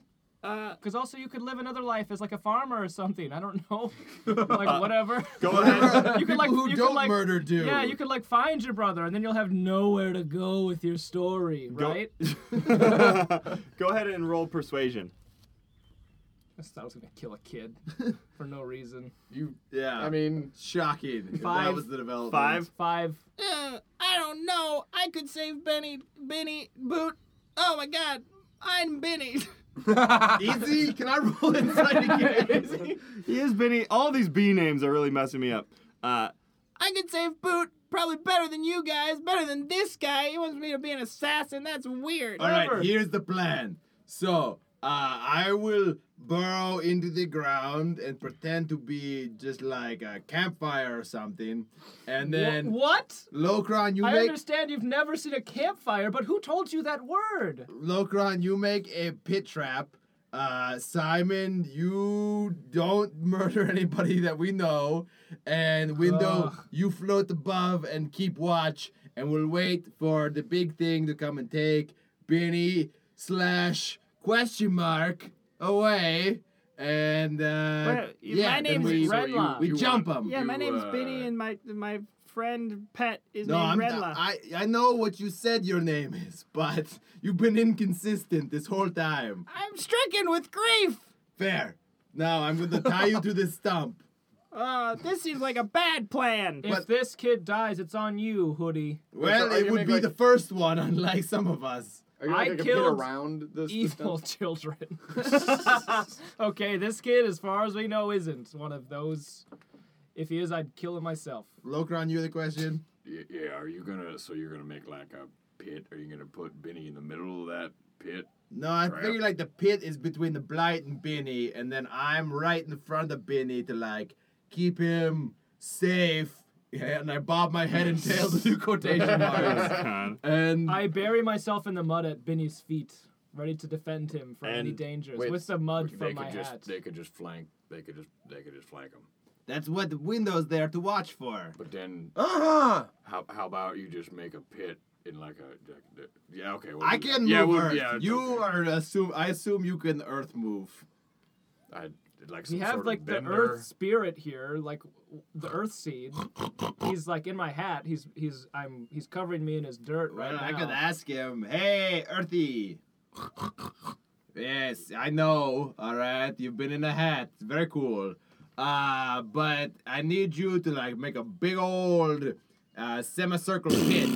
I: Uh,
F: Because also, you could live another life as like a farmer or something. I don't know. like whatever.
A: Go ahead.
F: You could
C: People
F: like
C: who
F: you
C: don't
F: could, like,
C: murder do.
F: Yeah, you could like find your brother, and then you'll have nowhere to go with your story,
A: Go-
F: right?
A: Go ahead and roll persuasion.
F: I just thought I was gonna kill a kid for no reason.
C: You,
B: Yeah.
D: I mean,
C: shocking. if That
F: Five.
C: was the development.
A: Five.
F: Five.
I: uh, I don't know. I could save Benny Benny Boot. Oh my God, I'm Benny.
C: Easy. Can I roll inside again?
A: He is Benny. All these B names are really messing me up. Uh,
I: I could save Boot probably better than you guys, better than this guy. He wants me to be an assassin. That's weird.
C: All right.
F: Whatever.
C: Here's the plan. So uh, I will burrow into the ground and pretend to be just like a campfire or something, and
F: Wh-
C: then
F: what?
C: Locron, you
F: I
C: make
F: understand you've never seen a campfire, but who told you that word?
C: Locron, you make a pit trap. Uh, Simon, you don't murder anybody that we know. And Window,
F: Ugh.
C: you float above and keep watch, and we'll wait for the big thing to come and take Benny slash question mark away. And uh,
I: Wait,
C: yeah,
I: my
C: then
I: name's
C: we,
F: Redlock.
C: we
D: You
C: jump
D: want-
C: him.
I: yeah, my
D: you,
I: name's
D: uh,
I: Benny, and my my friend pet is
C: No, I'm
I: named
C: not,
I: Redla.
C: I I know what you said your name is, but you've been inconsistent this whole time.
I: I'm stricken with grief.
C: Fair. Now I'm gonna tie you to this stump.
I: Uh, this seems like a bad plan.
F: If this kid dies, it's on you, Hoodie.
C: Well,
D: so are
C: it
D: you
C: would
D: make,
C: be
D: like-
C: the first one, unlike some of us.
D: are you
F: I
D: going to compete
F: killed
D: around this?
A: E-
D: this
F: Evil
D: stuff?
F: children. okay, this kid, as far as we know, isn't one of those. If he is, I'd kill him myself.
C: Locron, you're the question.
J: Y- Yeah, are you gonna? So you're gonna make like a pit? Are you gonna put Benny in the middle of that pit?
C: No, I
J: Crap.
C: figure like the pit is between the blight and Benny, and then I'm right in front of Benny to like keep him safe. Yeah, and I bob my head and tail to do quotation marks.
A: God.
C: And
F: I bury myself in the mud at Benny's feet, ready to defend him from any
J: And
F: dangers,
J: with-
F: with the mud
J: they
F: from
J: could
F: my
J: just
F: hat.
J: they could just flank. They could just they could just flank him.
C: that's what the window's there to watch for.
J: But then
D: uh-huh.
J: how how about you just make a pit in like a like the- yeah okay. We'll
C: I
J: do
C: can
J: that. yeah,
C: move
J: we'll-
C: earth.
J: yeah, it's
C: you
J: okay.
C: are assume. I assume you can earth move.
J: I, like some
F: We have
J: sort
F: like
J: of
F: the
J: bender.
F: earth spirit here, like w- the earth seed. He's like in my hat. He's he's I'm he's covering me in his dirt right
C: Well, I
F: now.
C: could ask him, hey, Earthy. yes, I know. All right, you've been in a hat. It's very cool. Uh, but I need you to like make a big old uh, semicircle pit.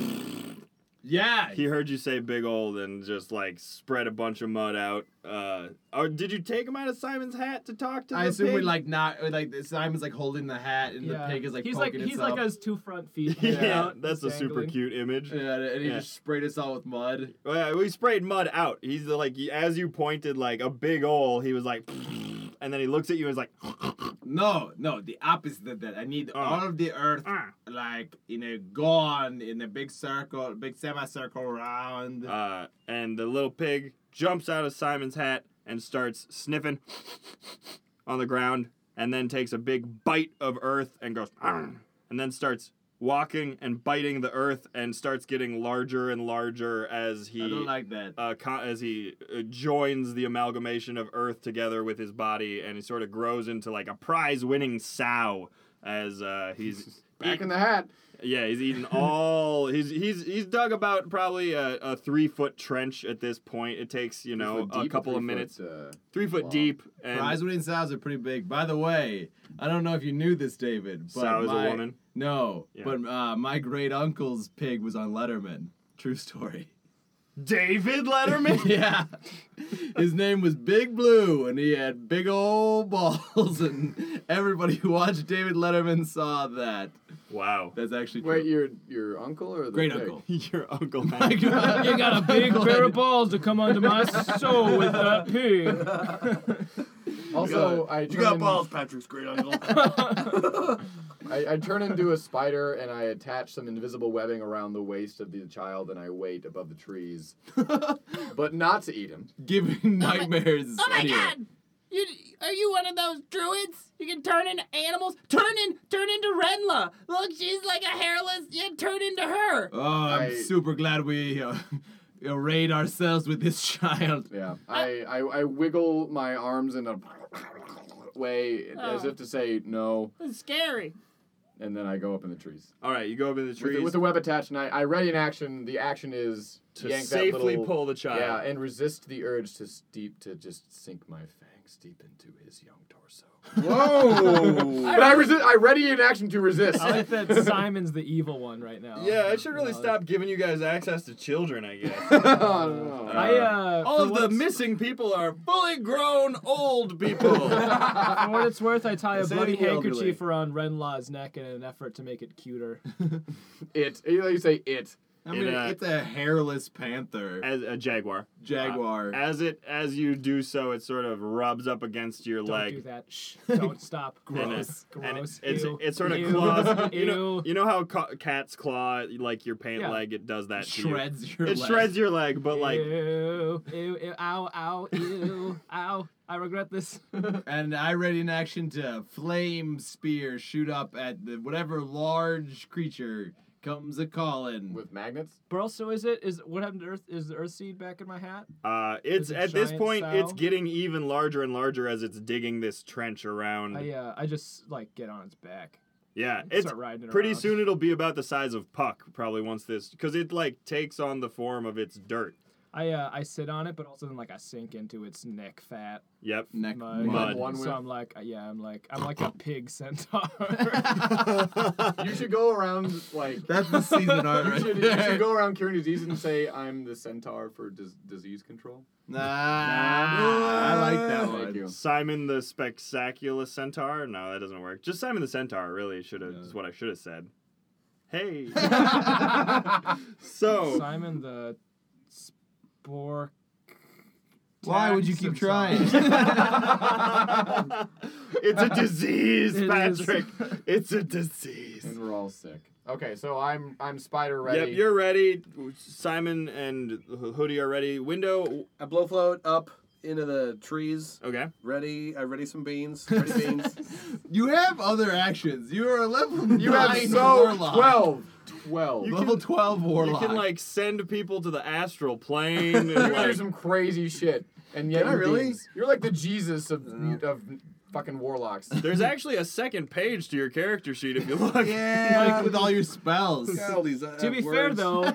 C: Yeah.
A: He heard you say big old and just like spread a bunch of mud out. Uh, or did you take him out of Simon's hat to talk to
C: I
A: the
C: assume
A: pig?
C: we like not uh, like Simon's like holding the hat and
F: Yeah.
C: the pig is like
F: he's like
C: poking
F: he's
C: itself.
F: like his two front feet.
A: yeah,
F: hanging out,
A: that's a super
F: dangling.
A: cute image.
C: yeah, and he
A: Yeah.
C: just sprayed us all with mud.
A: Well, yeah, we sprayed mud out. He's like, as you pointed like a big hole, he was like, and then he looks at you and is like,
C: No, no, the opposite of that. I need
A: Uh.
C: all of the earth
A: Ah.
C: like in a gone in a big circle, big semicircle round.
A: uh, and the little pig jumps out of Simon's hat and starts sniffing on the ground, and then takes a big bite of earth and goes, "Arrgh," and then starts walking and biting the earth and starts getting larger and larger as he
C: I don't like that.
A: uh, co- as he uh, joins the amalgamation of Earth together with his body, and he sort of grows into like a prize-winning sow. As uh, he's
D: Back in the hat.
A: yeah, he's eaten all. He's he's he's dug about probably a, a three-foot trench at this point. It takes you know
D: Three-foot
A: a
D: deep or
A: couple of
D: three-foot,
A: minutes,
D: uh,
A: three foot
D: long.
A: deep, and
C: Prize winning sows are pretty big. By the way, I don't know if you knew this, David. But
A: Sow is a
C: my-
A: woman?
C: No,
A: Yeah.
C: but uh, my great uncle's pig was on Letterman. True story.
A: David Letterman?
C: yeah. His name was Big Blue, and he had big old balls, and everybody who watched David Letterman saw that.
A: wow.
C: That's actually true.
D: Wait, your your uncle or the
C: Great
D: pig?
C: uncle.
A: Your Uncle Mac.
F: You got a big pair of balls to come onto my soul with that pig.
D: Also, I turn in-
J: Patrick's great uncle.
D: I, I turn into a spider and I attach some invisible webbing around the waist of the child and I wait above the trees, but not to eat him.
C: Giving nightmares.
I: Oh my
C: anyway.
I: god! You are you one of those druids? You can turn into animals. Turn in, turn into Renla. Look, she's like a hairless. You turn into her.
C: Oh, I'm
D: I-
C: super glad we uh, arrayed ourselves with this child.
D: Yeah, I, I, I wiggle my arms in a way as if to say no,
I: It's scary.
D: and then I go up in the trees.
A: All right, you go up in the
D: With
A: trees
D: the, with the web attached, and I, I ready in action. The action is
A: to
D: yank that
A: safely
D: little,
A: pull the child.
D: Yeah, and resist the urge to steep to just sink my fangs deep into his young torso. Whoa! but I resist. I ready in action to resist.
F: I like that Simon's the evil one right now.
A: Yeah, I should really
F: No,
A: stop giving you guys access to children, I guess.
D: Oh, no.
F: I, uh,
A: All
F: for
A: of
F: what
A: the
F: it's-
A: missing people are fully grown old people.
F: uh, For what it's worth, I tie a
C: Is
F: bloody
C: anyone elderly?
F: handkerchief around Renla's neck in an effort to make it cuter.
D: it. You, know, you say it.
C: I
A: It,
C: mean,
A: uh,
C: it's a hairless panther,
A: as a jaguar.
C: jaguar.
A: As it as you do so, it sort of rubs up against your
F: Don't
A: leg.
F: do that. Shh. Don't stop.
A: And it-
F: Gross.
A: and it-
F: Gross.
A: it's
F: Oh, Ew.
A: it sort of
F: Ew.
A: claws. You know,
F: Ew.
A: you know how ca- cats claw like your paint
F: Yeah.
A: leg. It does that to you.
C: shreds your
A: It
C: leg.
A: shreds your leg, but like
F: ew, ew, ew, ow, ow, ew, ow. I regret this.
C: And I ready in action to flame spear shoot up at the whatever large creature comes a calling.
D: With magnets?
F: Burl, so is it? Is what happened to Earth? Is the Earth seed back in my hat?
A: uh, it's
F: Is it
A: at this
F: giant
A: point, it's
F: style?
A: getting even larger and larger as it's digging this trench around.
F: I uh, I just like get on its back.
A: yeah, it's
F: start riding it
A: pretty
F: around.
A: soon. It'll be about the size of Puck, probably once this, because it like takes on the form of its dirt.
F: I uh, I sit on it, but also then like I sink into its neck fat.
A: Yep.
C: Neck
F: mug.
A: Mud.
D: One
F: So
D: with-
F: I'm like, uh, yeah, I'm like, I'm like a pig centaur.
D: You should go around like.
C: That's the season art
D: You
C: right
D: should, you
C: there.
D: should go around curing disease and say I'm the centaur for dis- disease control.
C: Nah, I like that one.
D: Thank you.
A: Simon the Spectacular Centaur? No, that doesn't work. Just Simon the Centaur, really, should have is what I should have said. Hey. so
F: Simon the spork.
C: Why would you keep trying?
A: it's a disease,
F: It is.
A: Patrick. It's a disease.
D: And we're all sick. Okay, so I'm I'm spider
A: Yep,
D: ready.
A: you're ready. Simon and Hoodie are ready. Window.
E: I blow float up into the trees.
A: Okay.
E: Ready? I ready some beans. Ready beans.
C: You have other actions. You are a level
D: You have
C: nine
D: so
C: warlock.
D: 12. 12.
A: You
C: level
A: can-
C: twelve warlock.
A: You can like send people to the astral plane. and,
D: You can do
A: like-
D: some crazy shit. And yet
E: Can I
D: you're
E: really?
D: beings. You're like the Jesus of, of fucking warlocks.
A: there's actually a second page to your character sheet if you look.
C: yeah, like with all your spells.
F: To be fair, though,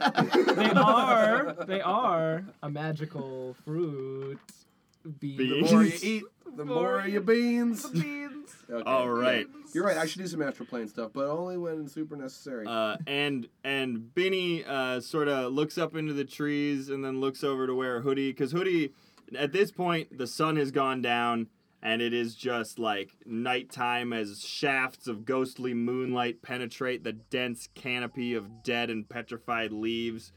F: they are they are a magical fruit. Bee.
A: Bee.
E: The more you eat, the more you beans.
F: Beans.
E: Okay.
A: All right.
E: You're right. I should do some astral plane stuff, but only when super necessary.
A: Uh, and and Benny uh, sort of looks up into the trees and then looks over to where Hoodie, because Hoodie, at this point, the sun has gone down and it is just like nighttime as shafts of ghostly moonlight penetrate the dense canopy of dead and petrified leaves.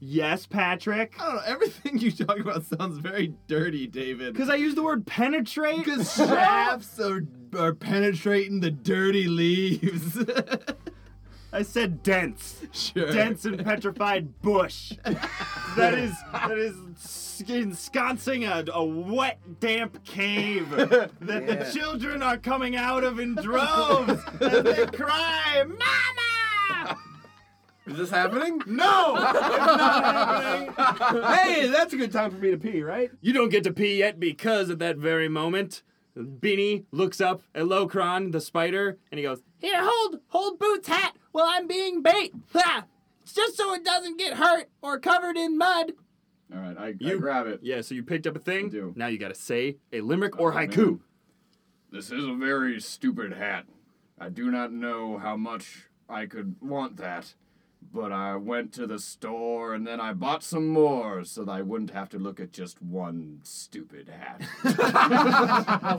A: Yes, Patrick.
C: I don't know. Everything you talk about sounds very dirty, David.
A: Because I used the word penetrate.
C: Because shafts are, are penetrating the dirty leaves.
A: I said dense,
C: sure.
A: dense and petrified bush. that is that is s- ensconcing a, a wet, damp cave that the
E: Yeah.
A: children are coming out of in droves as they cry, "Mama!"
E: Is this happening?
A: No, it's not happening.
E: hey, that's a good time for me to pee, right?
A: You don't get to pee yet because at that very moment, Beanie looks up at Locron, the spider, and he goes,
I: Here, hold, hold Boots' hat while I'm being bait. Ha! It's just so it doesn't get hurt or covered in mud.
D: All right, I, I
A: You-
D: grab it.
A: Yeah, so you picked up a thing.
D: do.
A: Now you gotta say a limerick or
J: Oh, man.
A: haiku.
J: This is a very stupid hat. I do not know how much I could want that, But I went to the store and then I bought some more so that I wouldn't have to look at just one stupid hat.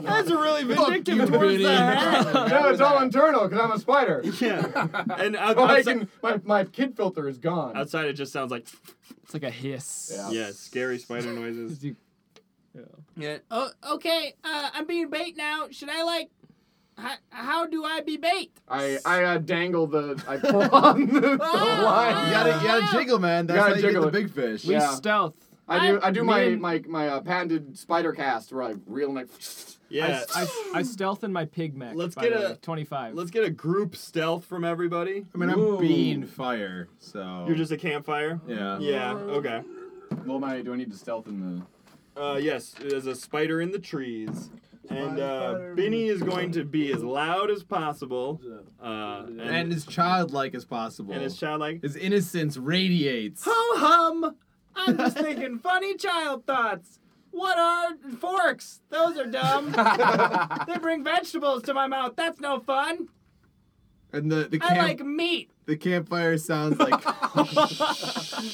A: That's really vindictive towards the hat.
D: no, it's all internal because I'm a spider.
A: Yeah. And out-
D: Oh, I
A: outside,
D: can, my, my kid filter is gone.
A: outside, it just sounds like
F: It's like a hiss.
D: Yeah.
A: yeah, scary spider noises.
I: Yeah. Oh, okay. Uh, I'm being bait now. Should I like? How, how do I be bait?
D: I, I uh, dangle the, I pull on the, the line.
C: You gotta, you gotta jiggle, man. That's
D: gotta
C: how you get
D: jiggle
C: the
D: it.
C: big fish.
F: We
D: Yeah.
F: stealth.
D: I do, I do my,
F: Me and-
D: my, my uh, patented spider cast where I reel and I,
A: Yeah.
F: I, I stealth in my pig mech.
A: Let's
F: by
A: get
F: the
A: a-
F: way, 25.
A: Let's get a group stealth from everybody.
C: I mean, I'm being fire, so.
A: You're just a campfire.
C: Oh. Yeah.
A: Yeah. Okay.
D: well, my, do I need to stealth in the,
A: Uh, yes, there's a spider in the trees. And uh, Benny is going to be as loud as possible. Uh, and,
C: And as childlike as possible.
A: and his childlike.
C: His innocence radiates.
I: Ho hum. I'm just thinking funny child thoughts. What are forks? Those are dumb. they bring vegetables to my mouth. That's no fun.
C: And the, the,
I: I
C: camp,
I: like meat.
C: the campfire sounds like.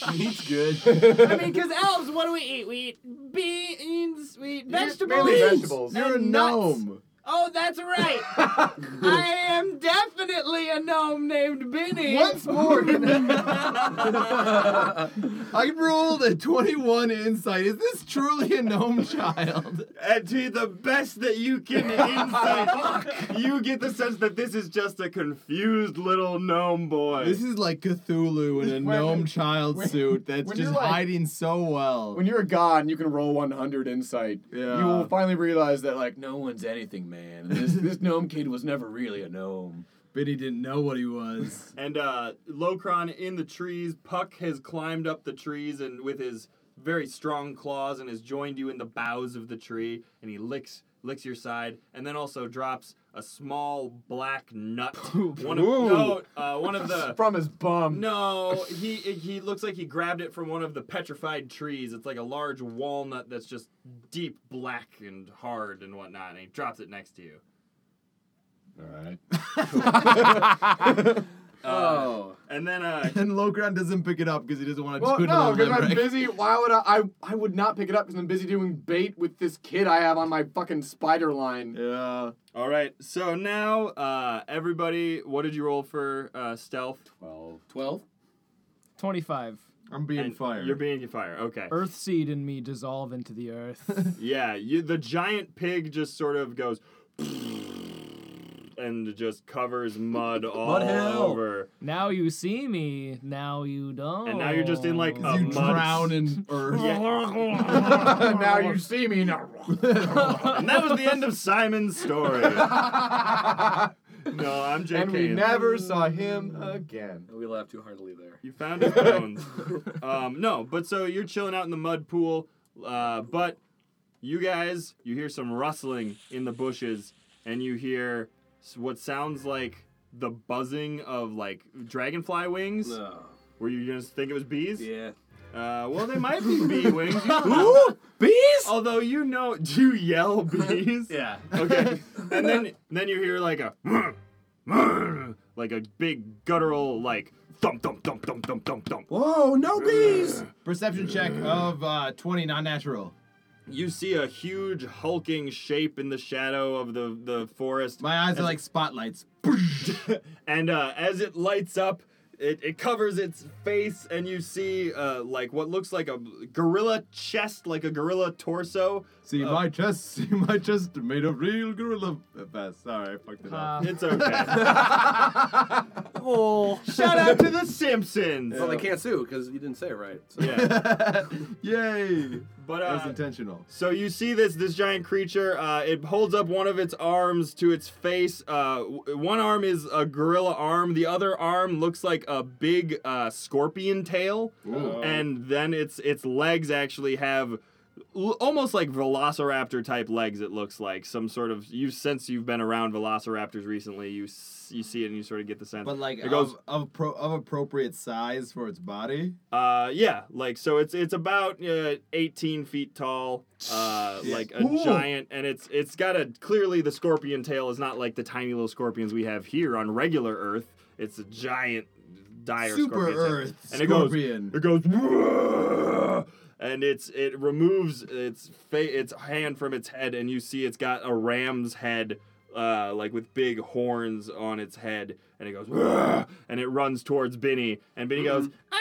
I: I mean, because elves, what do we eat? We eat beans, we eat vegetables.
D: mainly vegetables.
C: You're a
I: And nuts.
C: gnome.
I: Oh, that's right. I am definitely a gnome named Benny.
C: Once more. I rolled a 21 insight. Is this truly a gnome child?
A: And to the best that you can insight, you get the sense that this is just a confused little gnome boy.
C: This is like Cthulhu in a gnome child suit that's
D: when
C: just
D: you're like-
C: hiding so well.
D: when you're a god and you can roll 100 insight,
C: Yeah.
D: you will finally realize that like no one's anything, man. And this this gnome kid was never really a gnome.
C: Biddy didn't know what he was.
A: And uh, Locron in the trees. Puck has climbed up the trees and with his very strong claws and has joined you in the boughs of the tree. And he licks licks your side and then also drops a small black nut. one of no, uh, one of the
D: From his bum.
A: no. He he looks like he grabbed it from one of the petrified trees. It's like a large walnut that's just deep black and hard and whatnot. And he drops it next to you.
J: All right.
A: Uh,
E: Oh.
A: And then uh,
C: and Logran doesn't pick it up because he doesn't want to
D: Well,
C: do it
D: no,
C: on
D: because I'm
C: limerick.
D: busy. Why would I, I? I would not pick it up because I'm busy doing bait with this kid I have on my fucking spider line.
C: Yeah.
A: All right, so now uh, everybody, what did you roll for uh, stealth?
J: Twelve.
E: 12?
F: 25.
C: I'm being
A: And
C: fired.
A: You're being fire. Okay.
F: Earth seed and me dissolve into the earth.
A: Yeah, you, the giant pig just sort of goes and just covers mud all
E: hell.
A: over,
F: now you see me. Now you don't.
A: and now you're just in like a
C: you
A: mud.
C: drown in earth.
D: now you see me. Now.
A: and that was the end of Simon's story. no, I'm JK.
D: and we never saw him again.
E: We laughed too heartily there.
A: You found his bones. um, no, but so you're chilling out in the mud pool, uh, but you guys, you hear some rustling in the bushes, and you hear s- what sounds like the buzzing of like dragonfly wings.
E: No.
A: Were you gonna think it was bees?
E: Yeah.
A: Uh, well, they might be bee wings. Ooh, bees! Although you know, do you yell bees?
E: Yeah.
A: Okay. And then then you hear like a like a big guttural like thump thump thump thump thump thump thump.
E: Whoa, no bees!
C: Perception check of uh, 20, non natural.
A: You see a huge hulking shape in the shadow of the the forest,
C: My eyes are like spotlights.
A: and uh, as it lights up, it, it covers its face, and you see uh, like what looks like a gorilla chest, like a gorilla torso.
C: See my chest, see my chest made of real gorilla fast. Sorry, I fucked it up.
F: Uh,
A: It's okay.
F: oh.
A: Shout out to the Simpsons.
E: Well, they can't sue because you didn't say it right. So.
A: Yeah,
C: Uh. Yay!
A: but
C: That was
A: uh,
C: intentional.
A: So you see this this giant creature. Uh, it holds up one of its arms to its face. Uh, w- one arm is a gorilla arm. The other arm looks like a big uh, scorpion tail. And then its its legs actually have l- almost like velociraptor type legs. It looks like some sort of you since you've been around velociraptors recently. You s- you see it and you sort of get the sense.
C: But like um,
A: it goes
C: of of, pro- of appropriate size for its body.
A: uh, yeah, like so it's it's about uh, 18 feet tall, uh, like a giant, and it's it's got a clearly the scorpion tail is not like the tiny little scorpions we have here on regular Earth. It's a giant dire
C: Super
A: scorpion tail.
C: Earth
A: and it goes
C: scorpion.
A: it goes "Bruh!" and it's it removes its fa- its hand from its head and you see it's got a ram's head uh, like with big horns on its head and it goes "Bruh!" and it runs towards Benny and Benny goes
C: Mm-hmm.
I: uh,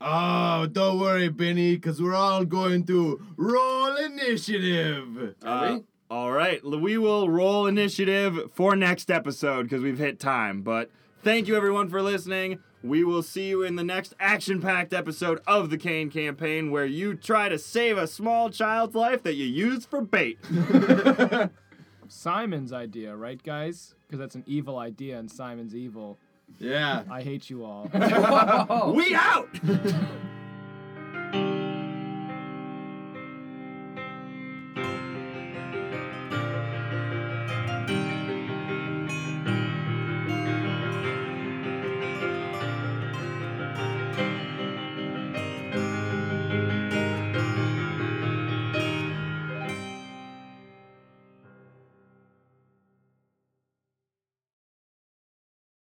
C: Oh, don't worry, Benny, because we're all going to roll initiative.
A: Uh, All right, l- we will roll initiative for next episode because we've hit time. But thank you everyone for listening. We will see you in the next action-packed episode of the Kane Campaign, where you try to save a small child's life that you used for bait.
F: Simon's idea, right, guys? Because that's an evil idea, and Simon's evil.
C: Yeah.
F: I hate you all.
A: We out.